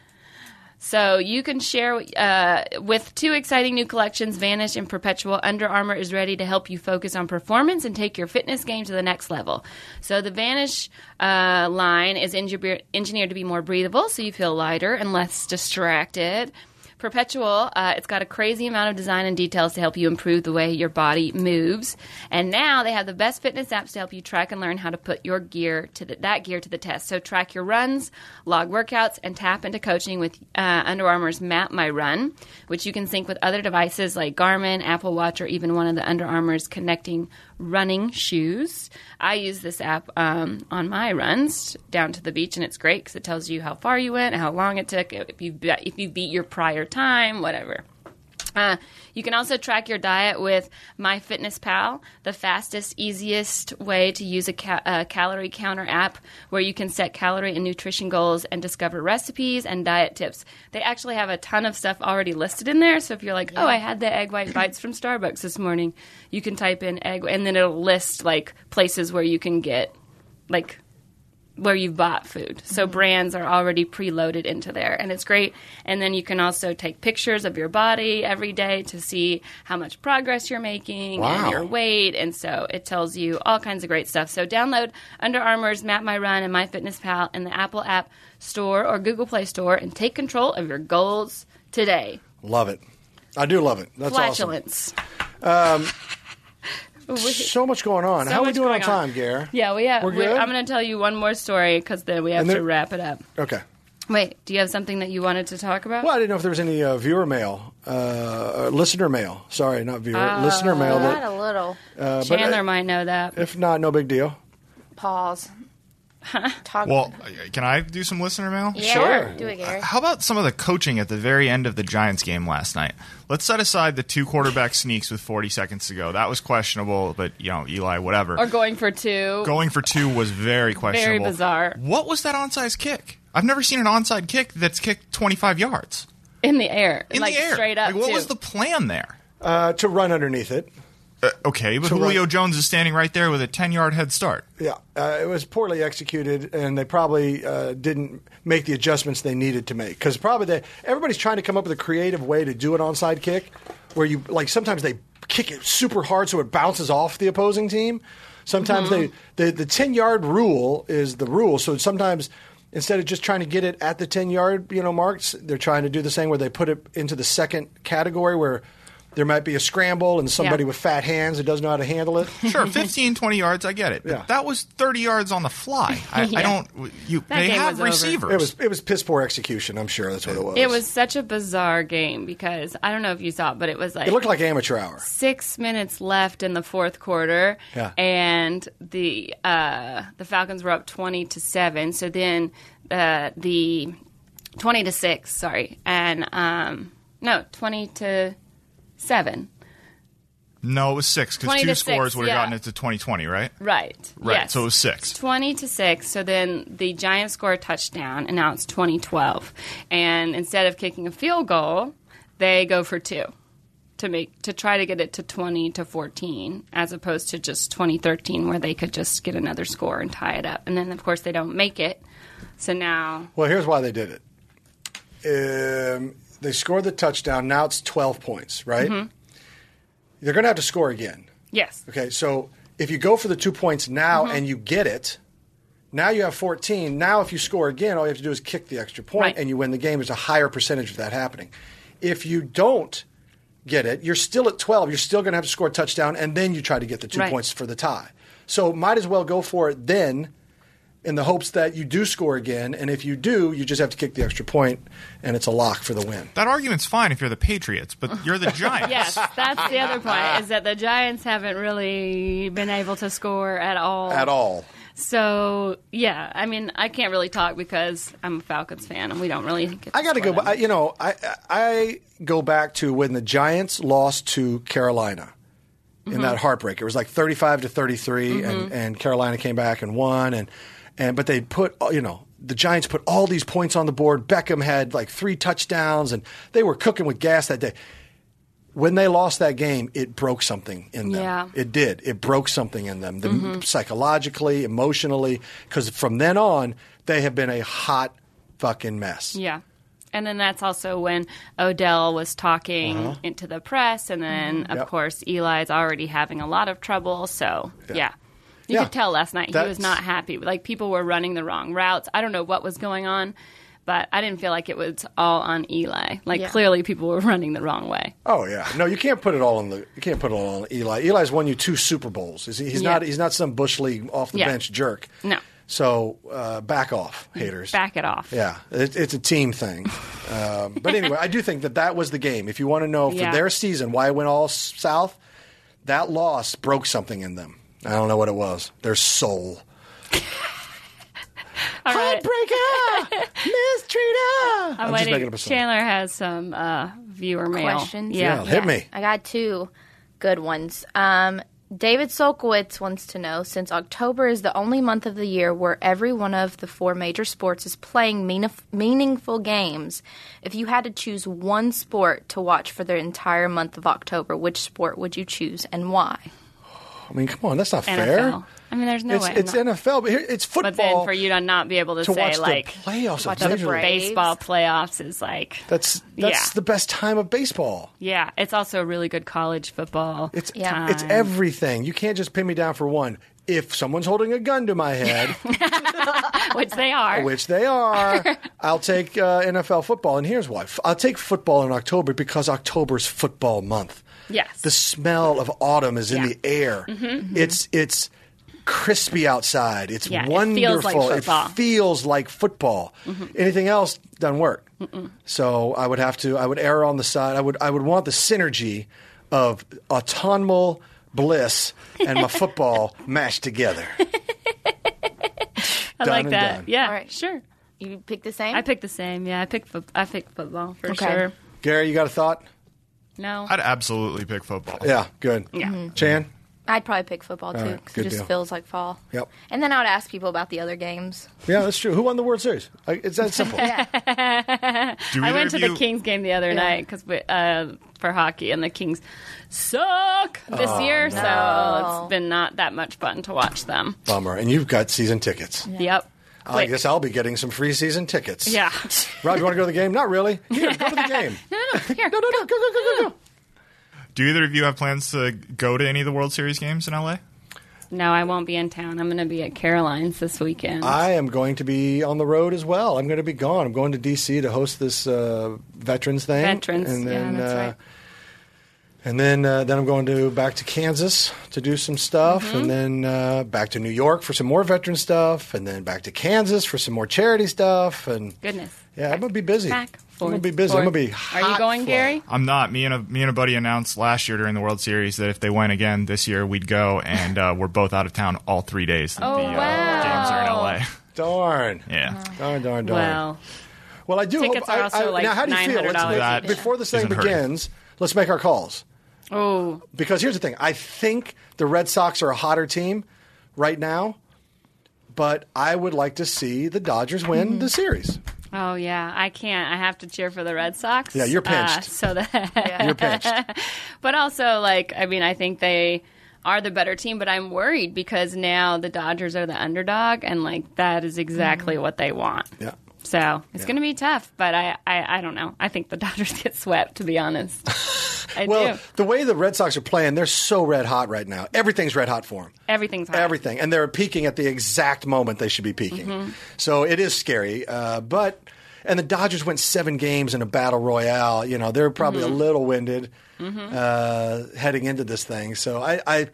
So you can share uh, with two exciting new collections, Vanish and Perpetual. Under Armour is ready to help you focus on performance and take your fitness game to the next level. So the Vanish uh, line is engineer- engineered to be more breathable, so you feel lighter and less distracted. Perpetual, uh, it's got a crazy amount of design and details to help you improve the way your body moves. And now they have the best fitness apps to help you track and learn how to put your gear to the, that gear to the test. So track your runs, log workouts, and tap into coaching with uh, Under Armour's Map My Run, which you can sync with other devices like Garmin, Apple Watch, or even one of the Under Armour's connecting running shoes. I use this app um, on my runs down to the beach, and it's great because it tells you how far you went, how long it took, if you be- if you beat your prior time, whatever. Uh, you can also track your diet with MyFitnessPal, the fastest, easiest way to use a, ca- a calorie counter app where you can set calorie and nutrition goals and discover recipes and diet tips. They actually have a ton of stuff already listed in there. So if you're like, oh, I had the egg white bites from Starbucks this morning, you can type in egg, and then it'll list like places where you can get like where you bought food. So
Mm-hmm.
brands are already preloaded into there, and it's great. And then you can also take pictures of your body every day to see how much progress you're making
Wow.
and your weight. And so it tells you all kinds of great stuff. So download Under Armour's Map My Run and MyFitnessPal in the Apple App Store or Google Play Store and take control of your goals today.
Love it. I do love it. That's Um,
Flatulence.
awesome. So much going on.
So
How are we
much
doing on
going on.
time, Gare?
Yeah, we have.
We're
we-
good?
I'm going to tell you one more story because then we have
And there-
to wrap it up.
Okay.
Wait, do you have something that you wanted to talk about?
Well, I didn't know if there was any uh, viewer mail, uh, or listener mail. Sorry, not viewer,
Uh,
listener mail.
Not
That,
a little.
uh, but, uh,
Chandler might know that.
if not, no big deal.
Pause. Talk.
Well, can I do some listener mail?
yeah,
sure.
Do it, Gary.
How about some of the coaching at the very end of the Giants game last night? Let's set aside the two quarterback sneaks with 40 seconds to go. That was questionable, but you know, Eli, whatever.
or going for two.
Going for two was very questionable.
bizarre.
What was that onside kick? I've never seen an onside kick that's kicked 25 yards
in the air,
in
like
the air.
straight up.
Like, what
too.
was the plan there?
Uh, to run underneath it.
Uh, okay, but
run-
Julio Jones is standing right there with a 10 yard head start.
Yeah, uh, it was poorly executed, and they probably uh, didn't make the adjustments they needed to make because probably they, everybody's trying to come up with a creative way to do an onside kick, where you like sometimes they kick it super hard so it bounces off the opposing team. Sometimes they, they the ten yard rule is the rule, so sometimes instead of just trying to get it at the ten yard you know marks, they're trying to do this thing where they put it into the second category where. There might be a scramble and somebody
Yeah.
with fat hands that doesn't know how to handle it.
Sure, 15, 20 yards, I get it. But
Yeah.
That was 30 yards on the fly. I, I
Yeah.
don't. You,
That
they
game
have
was over.
receivers.
It was it was piss poor execution. I'm sure that's what it was.
It was such a bizarre game because I don't know if you saw it, but it was like
It looked like amateur hour.
six minutes left in the fourth quarter,
Yeah.
and the uh, the Falcons were up twenty to seven. So then uh, the twenty to six, sorry, and um, no twenty to seven.
No, it was six
20
because
to
two
six,
scores would have
yeah.
gotten it to 2020, right?
Right.
Right.
Yes.
So it was six.
20 to 6 so then the giants score a touchdown and now it's 2012 and instead of kicking a field goal they go for two to make to try to get it to 20 to 14 as opposed to just 2013 where they could just get another score and tie it up and then of course they don't make it so now
Well, here's why they did it. Um, they scored the touchdown. Now it's 12 points, right? They're going to have to score again.
yes
Okay, so if you go for the two points now
Mm-hmm.
and you get it, now you have 14. Now, if you score again, all you have to do is kick the extra point
Right.
and you win the game. There's a higher percentage of that happening. If you don't get it, you're still at 12. You're still going to have to score a touchdown, and then you try to get the two
Right.
points for the tie. So, might as well go for it then in the hopes that you do score again. And if you do, you just have to kick the extra point, and it's a lock for the win.
That argument's fine if you're the Patriots, but you're the Giants.
yes that's the other point is that the giants haven't really been able to score at all
At all.
so yeah i mean i can't really talk because i'm a falcons fan and we don't really get
I got to
score
go.
them.
By, you know, I I go back to when the Giants lost to Carolina in that heartbreak. It was like thirty five to thirty and and Carolina came back and won, and and but they put you know the Giants put all these points on the board. Beckham had like three touchdowns, and they were cooking with gas that day. When they lost that game, it broke something in them.
Yeah.
It did. It broke something in them, the, psychologically, emotionally, because from then on, they have been a hot fucking mess.
Yeah. And then that's also when Odell was talking into the press. And then, of
Uh-huh. Yep.
course, Eli's already having a lot of trouble. So, yeah. You
Yeah.
could tell last night he
That's-
was not happy. Like, people were running the wrong routes. I don't know what was going on, but I didn't feel like it was all on Eli. Like
Yeah.
clearly people were running the wrong way.
Oh yeah, no, you can't put it all on the. You can't put it all on Eli. Eli's won you two Super Bowls. He's, he's
Yeah.
not. He's not some bush league off the
Yeah.
bench jerk.
No.
So uh, back off, haters.
Back it off.
Yeah, it, it's a team thing. um, but anyway, I do think that that was the game. If you want to know for
Yeah.
their season why it went all s- south, that loss broke something in them. I don't know what it was. Their soul.
All right.
Heartbreaker,
I'm,
mistreater. I'm just making
waiting.
up a song.
Chandler has some uh, viewer mail.
Questions?
Yeah,
Yeah.
hit me.
I got two good ones. Um, David Solkowitz wants to know since October is the only month of the year where every one of the four major sports is playing meanif- meaningful games, if you had to choose one sport to watch for the entire month of October, which sport would you choose and why?
I mean, come on, that's not fair.
NFL. I mean, there's no
it's
way. I'm
it's
not-
NFL, but here, it's football.
but then for you to not be able to,
to
say
watch
like
the playoffs
watch
of
the
Major League.
break.
baseball playoffs is like
That's that's
Yeah.
the best time of baseball.
yeah. It's also really good college football.
It's
Yeah.
it's everything. You can't just pin me down for one. If someone's holding a gun to my head,
which they are.
which they are, I'll take uh, NFL football. And here's why: F- I'll take football in October because October's football month.
Yes.
the smell of autumn is in
Yeah. Mm-hmm,
the air. It's it's crispy outside. It's
Yeah, it feels like
wonderful.
football. Mm-hmm.
feels like football. Anything else doesn't work. So I would have to. I would err on the side. I would. I would want the synergy of autumnal bliss and my football mashed together.
I
done
like
and
that.
done.
Yeah.
All right.
Sure.
You pick the same?
I picked the same. Yeah. I picked. Fo- I picked football for
Okay.
sure.
Gary, you got a thought?
No.
I'd absolutely pick football.
Yeah, good.
Yeah.
Mm-hmm.
Mhm.
Chan.
I'd probably pick football too
right,
because
good
it just
deal.
feels like fall.
Yep.
And then I would ask people about the other games.
Yeah, that's true. Who won the World Series? I- It's that simple.
Do
I
either
went to
of you-
the Kings game the other night 'cause night because uh, for hockey and the Kings suck this
Oh,
year, so it's been not that much fun to watch them.
Bummer. And you've got season tickets.
Yep.
I
Quick.
guess I'll be getting some free season tickets.
yeah.
Rob, you want to go to the game? Not really. Here, go to the game. no,
Here,
no, no, go, go, go, go, go.
Do either of you have plans to go to any of the World Series games in LA?
No, I won't be in town. I'm going to be at Caroline's this weekend.
I am going to be on the road as well. I'm going to be gone. I'm going to DC to host this uh, veterans thing.
Veterans,
and
yeah,
then,
that's
uh,
right.
And then, uh, then I'm going to back to Kansas to do some stuff,
Mm-hmm.
and then uh, back to New York for some more veteran stuff, and then back to Kansas for some more charity stuff. And
Goodness.
yeah, I'm gonna be busy.
Back,
I'm
forth,
gonna be busy. I'm gonna
forth.
be.
Are
hot
you going,
flow.
Gary?
I'm not. Me and a me and a buddy announced last year during the World Series that if they went again this year, we'd go, and uh, we're both out of town all three days. that
Oh,
the, uh,
wow.
games are in LA.
Darn.
Yeah.
Darn, darn, darn.
Well,
Well, I do
Tickets
hope.
are
I-
also
I,
like
now, how do you feel? Let's-
$900
let's-
each.
before this thing
Isn't hurting.
begins, let's make our calls.
oh,
Because here's the thing: I think the Red Sox are a hotter team right now, but I would like to see the Dodgers win the series.
oh yeah. I can't. I have to cheer for the Red Sox.
Yeah, you're
Uh,
pinched.
so that
You're pinched.
But also, like, I mean, I think they are the better team, but I'm worried because now the Dodgers are the underdog, and like that is exactly what they want.
Mm-hmm. Yeah.
So it's going to be tough, but I, I, I don't know. I think the Dodgers get swept, to be honest. I
Well,
do.
the way the Red Sox are playing, they're so red hot right now. Everything's red hot for them.
Everything's hard.
Everything, and they're peaking at the exact moment they should be peaking.
Mm-hmm.
So it is scary, uh, but and the Dodgers went seven games in a battle royale. You know they're probably
Mm-hmm.
a little winded uh, heading into this thing. So I, I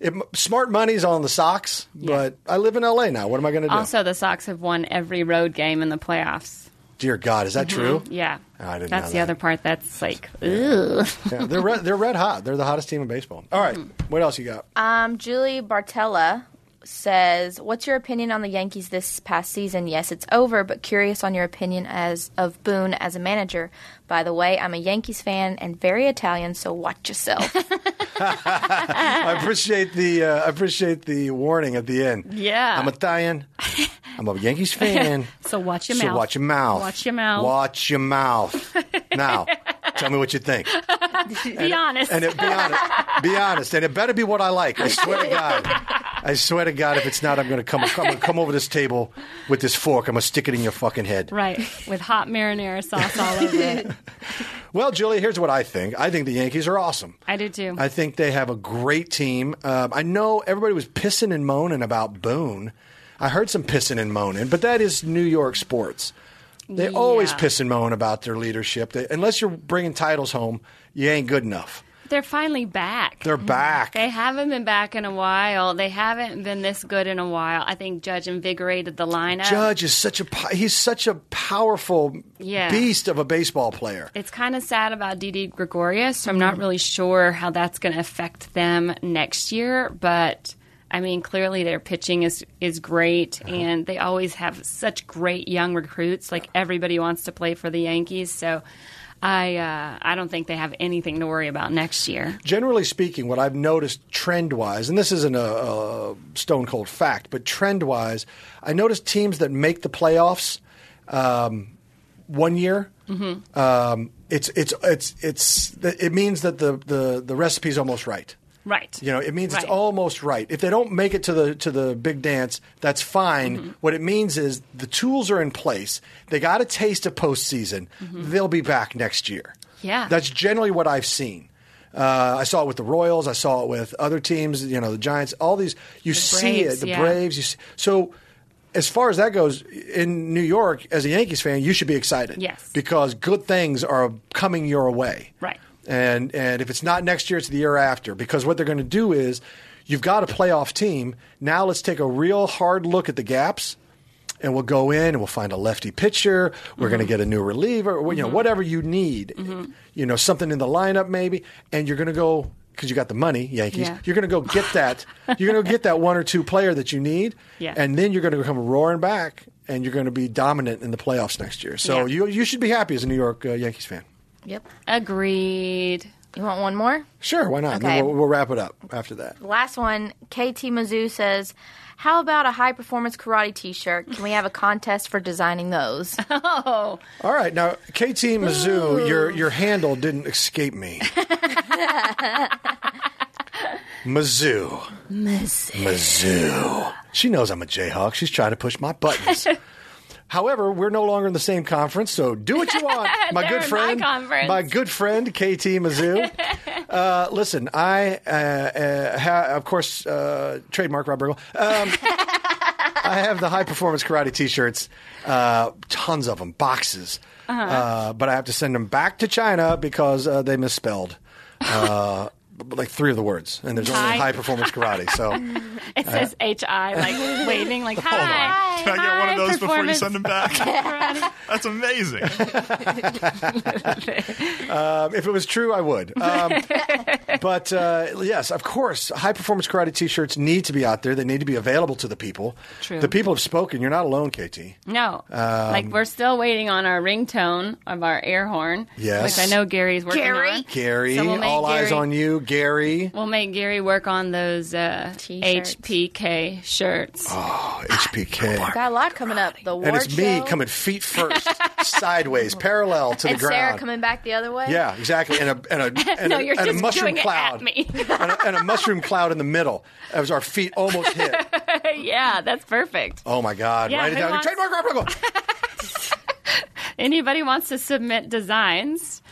it, smart money's on the Sox, but I live in LA now. What am I going to do?
Also, the Sox have won every road game in the playoffs.
Dear God, is that true?
Mm-hmm. Yeah,
I didn't
that's
know
the
that.
other part. That's like, ugh.
Yeah, they're red, they're red hot. They're the hottest team in baseball. All right,
Mm-hmm.
what else you got?
Uh,
Um, Julie Bartella says, "What's your opinion on the Yankees this past season? Yes, it's over, but curious on your opinion as of Boone as a manager. By the way, I'm a Yankees fan and very Italian, so watch yourself."
I appreciate the uh, I appreciate the warning at the end.
Yeah.
I'm Italian. I'm a Yankees fan.
So watch your
so
mouth.
watch your mouth.
Watch your mouth.
Watch your mouth. now, tell me what you think.
be honest.
And it, be honest. Be honest. And it better be what I like. I swear to God. I swear to God, if it's not, I'm going to come. I'm going to come over this table with this fork. I'm going to stick it in your fucking head.
right, with hot marinara sauce all over it.
Well, Julie, here's what I think. I think the Yankees are awesome.
I do too.
I think they have a great team. Um, I know everybody was pissing and moaning about Boone. I heard some pissing and moaning, but that is New York sports. They always
Yeah.
piss and moan about their leadership. They, unless you're bringing titles home, you ain't good enough.
They're finally back.
They're back.
Mm, They haven't been back in a while. They haven't been this good in a while. I think Judge invigorated the lineup.
Judge is such a po- he's such a powerful
Yeah.
beast of a baseball player.
It's kind of sad about Didi Gregorius. So I'm not really sure how that's going to affect them next year, but I mean, clearly their pitching is is great, and they always have such great young recruits. Like everybody wants to play for the Yankees, so I uh, I don't think they have anything to worry about next year.
Generally speaking, what I've noticed trend wise, and this isn't a, a stone cold fact, but trend wise, I noticed teams that make the playoffs um, one year. Um, it's it's it's it's it means that the the the recipe's almost right.
Right.
You know, it means it's
Right.
almost right. If they don't make it to the to the big dance, that's fine.
Mm-hmm.
What it means is the tools are in place. They got a taste of postseason. They'll be back next year.
Mm-hmm. Yeah.
that's generally what I've seen. Uh, I saw it with the Royals. I saw it with other teams. You know, the Giants. All these you see
Braves,
it. The
yeah.
Braves. You see, so. As far as that goes, in New York, as a Yankees fan, you should be excited.
Yes.
Because good things are coming your way
Right.
and and if it's not next year, it's the year after. Because what they're going to do is, you've got a playoff team. Now let's take a real hard look at the gaps, and we'll go in and we'll find a lefty pitcher. We're
Mm-hmm.
going to get a new reliever, or, you know, whatever you need, you know, something in the lineup maybe, and you're going to go. Because you got the money, Yankees,
Yeah.
you're going to go get that. you're going to get that one or two player that you need,
Yeah.
and then you're going to come roaring back, and you're going to be dominant in the playoffs next year.
Yeah.
So you you should be happy as a New York uh, Yankees fan.
Yep.
Agreed.
You want one more?
Sure, why not?
Okay.
Then we'll, we'll wrap it up after that.
Last one, KT Mizzou says, How about a high performance karate t shirt? Can we have a contest for designing those?
All right, now KT Mizzou, your your handle didn't escape me. Mizzou. Mizzou. She knows I'm a Jayhawk. She's trying to push my buttons. However, we're no longer in the same conference, so do what you want, my
They're in
good
my
friend.
conference.
good friend, KT Mizzou. Uh, listen, I, uh, uh, ha- of course, uh, trademark Rob Burgle. Um, I have the high performance karate t shirts, uh, tons of them, boxes. uh
Uh-huh.
but I have to send them back to China because uh, they misspelled. Uh, Like three of the words, and there's only
Hi.
high performance karate. So um,
It says HI, like waving, like, hi.
Can I get one of
Hi,
those before you
performance
send them back?
karate.
That's amazing.
Um, if it was true, I would. Um, but uh, yes, of course, high performance karate t shirts need to be out there. They need to be available to the people.
True.
The people have spoken. You're not alone, KT.
No.
Um,
like, we're still waiting on our ringtone of our air horn.
Yes.
Which I know Gary's working
Gary?
on.
Gary,
So we'll make
all eyes
Gary-
on you, Gary.
We'll make Gary work on those uh,
T-shirts.
HPK shirts.
Oh, HPK.
Got a lot coming up. The award
And it's me
show.
coming feet first, sideways, parallel to
And
the ground.
Sarah coming back the other way.
Yeah, exactly. And a and a and,
no,
a,
you're
and a
just
mushroom
doing it
cloud.
at me.
and, a, and a mushroom cloud in the middle as our feet almost hit.
yeah, that's perfect.
Oh my God!
Yeah,
Write it
who
down.
wants-
Trademark Rob Riggle.
Anybody wants to submit designs?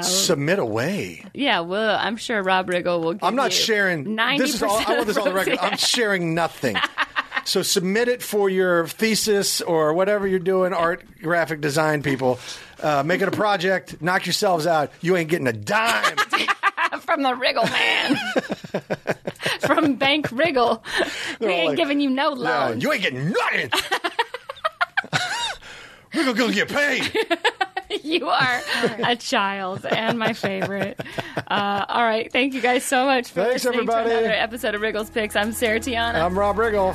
Submit away.
Yeah, well, I'm sure Rob Riggle will. Give
I'm not
you
sharing.
90%
This is all. I want this on the record. I'm sharing nothing. So submit it for your thesis or whatever you're doing, art, graphic design people. Uh, make it a project. Knock yourselves out. You ain't getting a dime.
from the Riggle man, from Bank Riggle. We
all
ain't
like,
giving you no
Yeah,
loan.
you ain't getting nothing. We're gonna go get paid.
You are a child and my favorite. Uh, all right. Thank you guys so much for
Thanks,
listening
everybody.
to another episode of Wriggles Picks. I'm Sarah Tiana.
I'm Rob Riggle.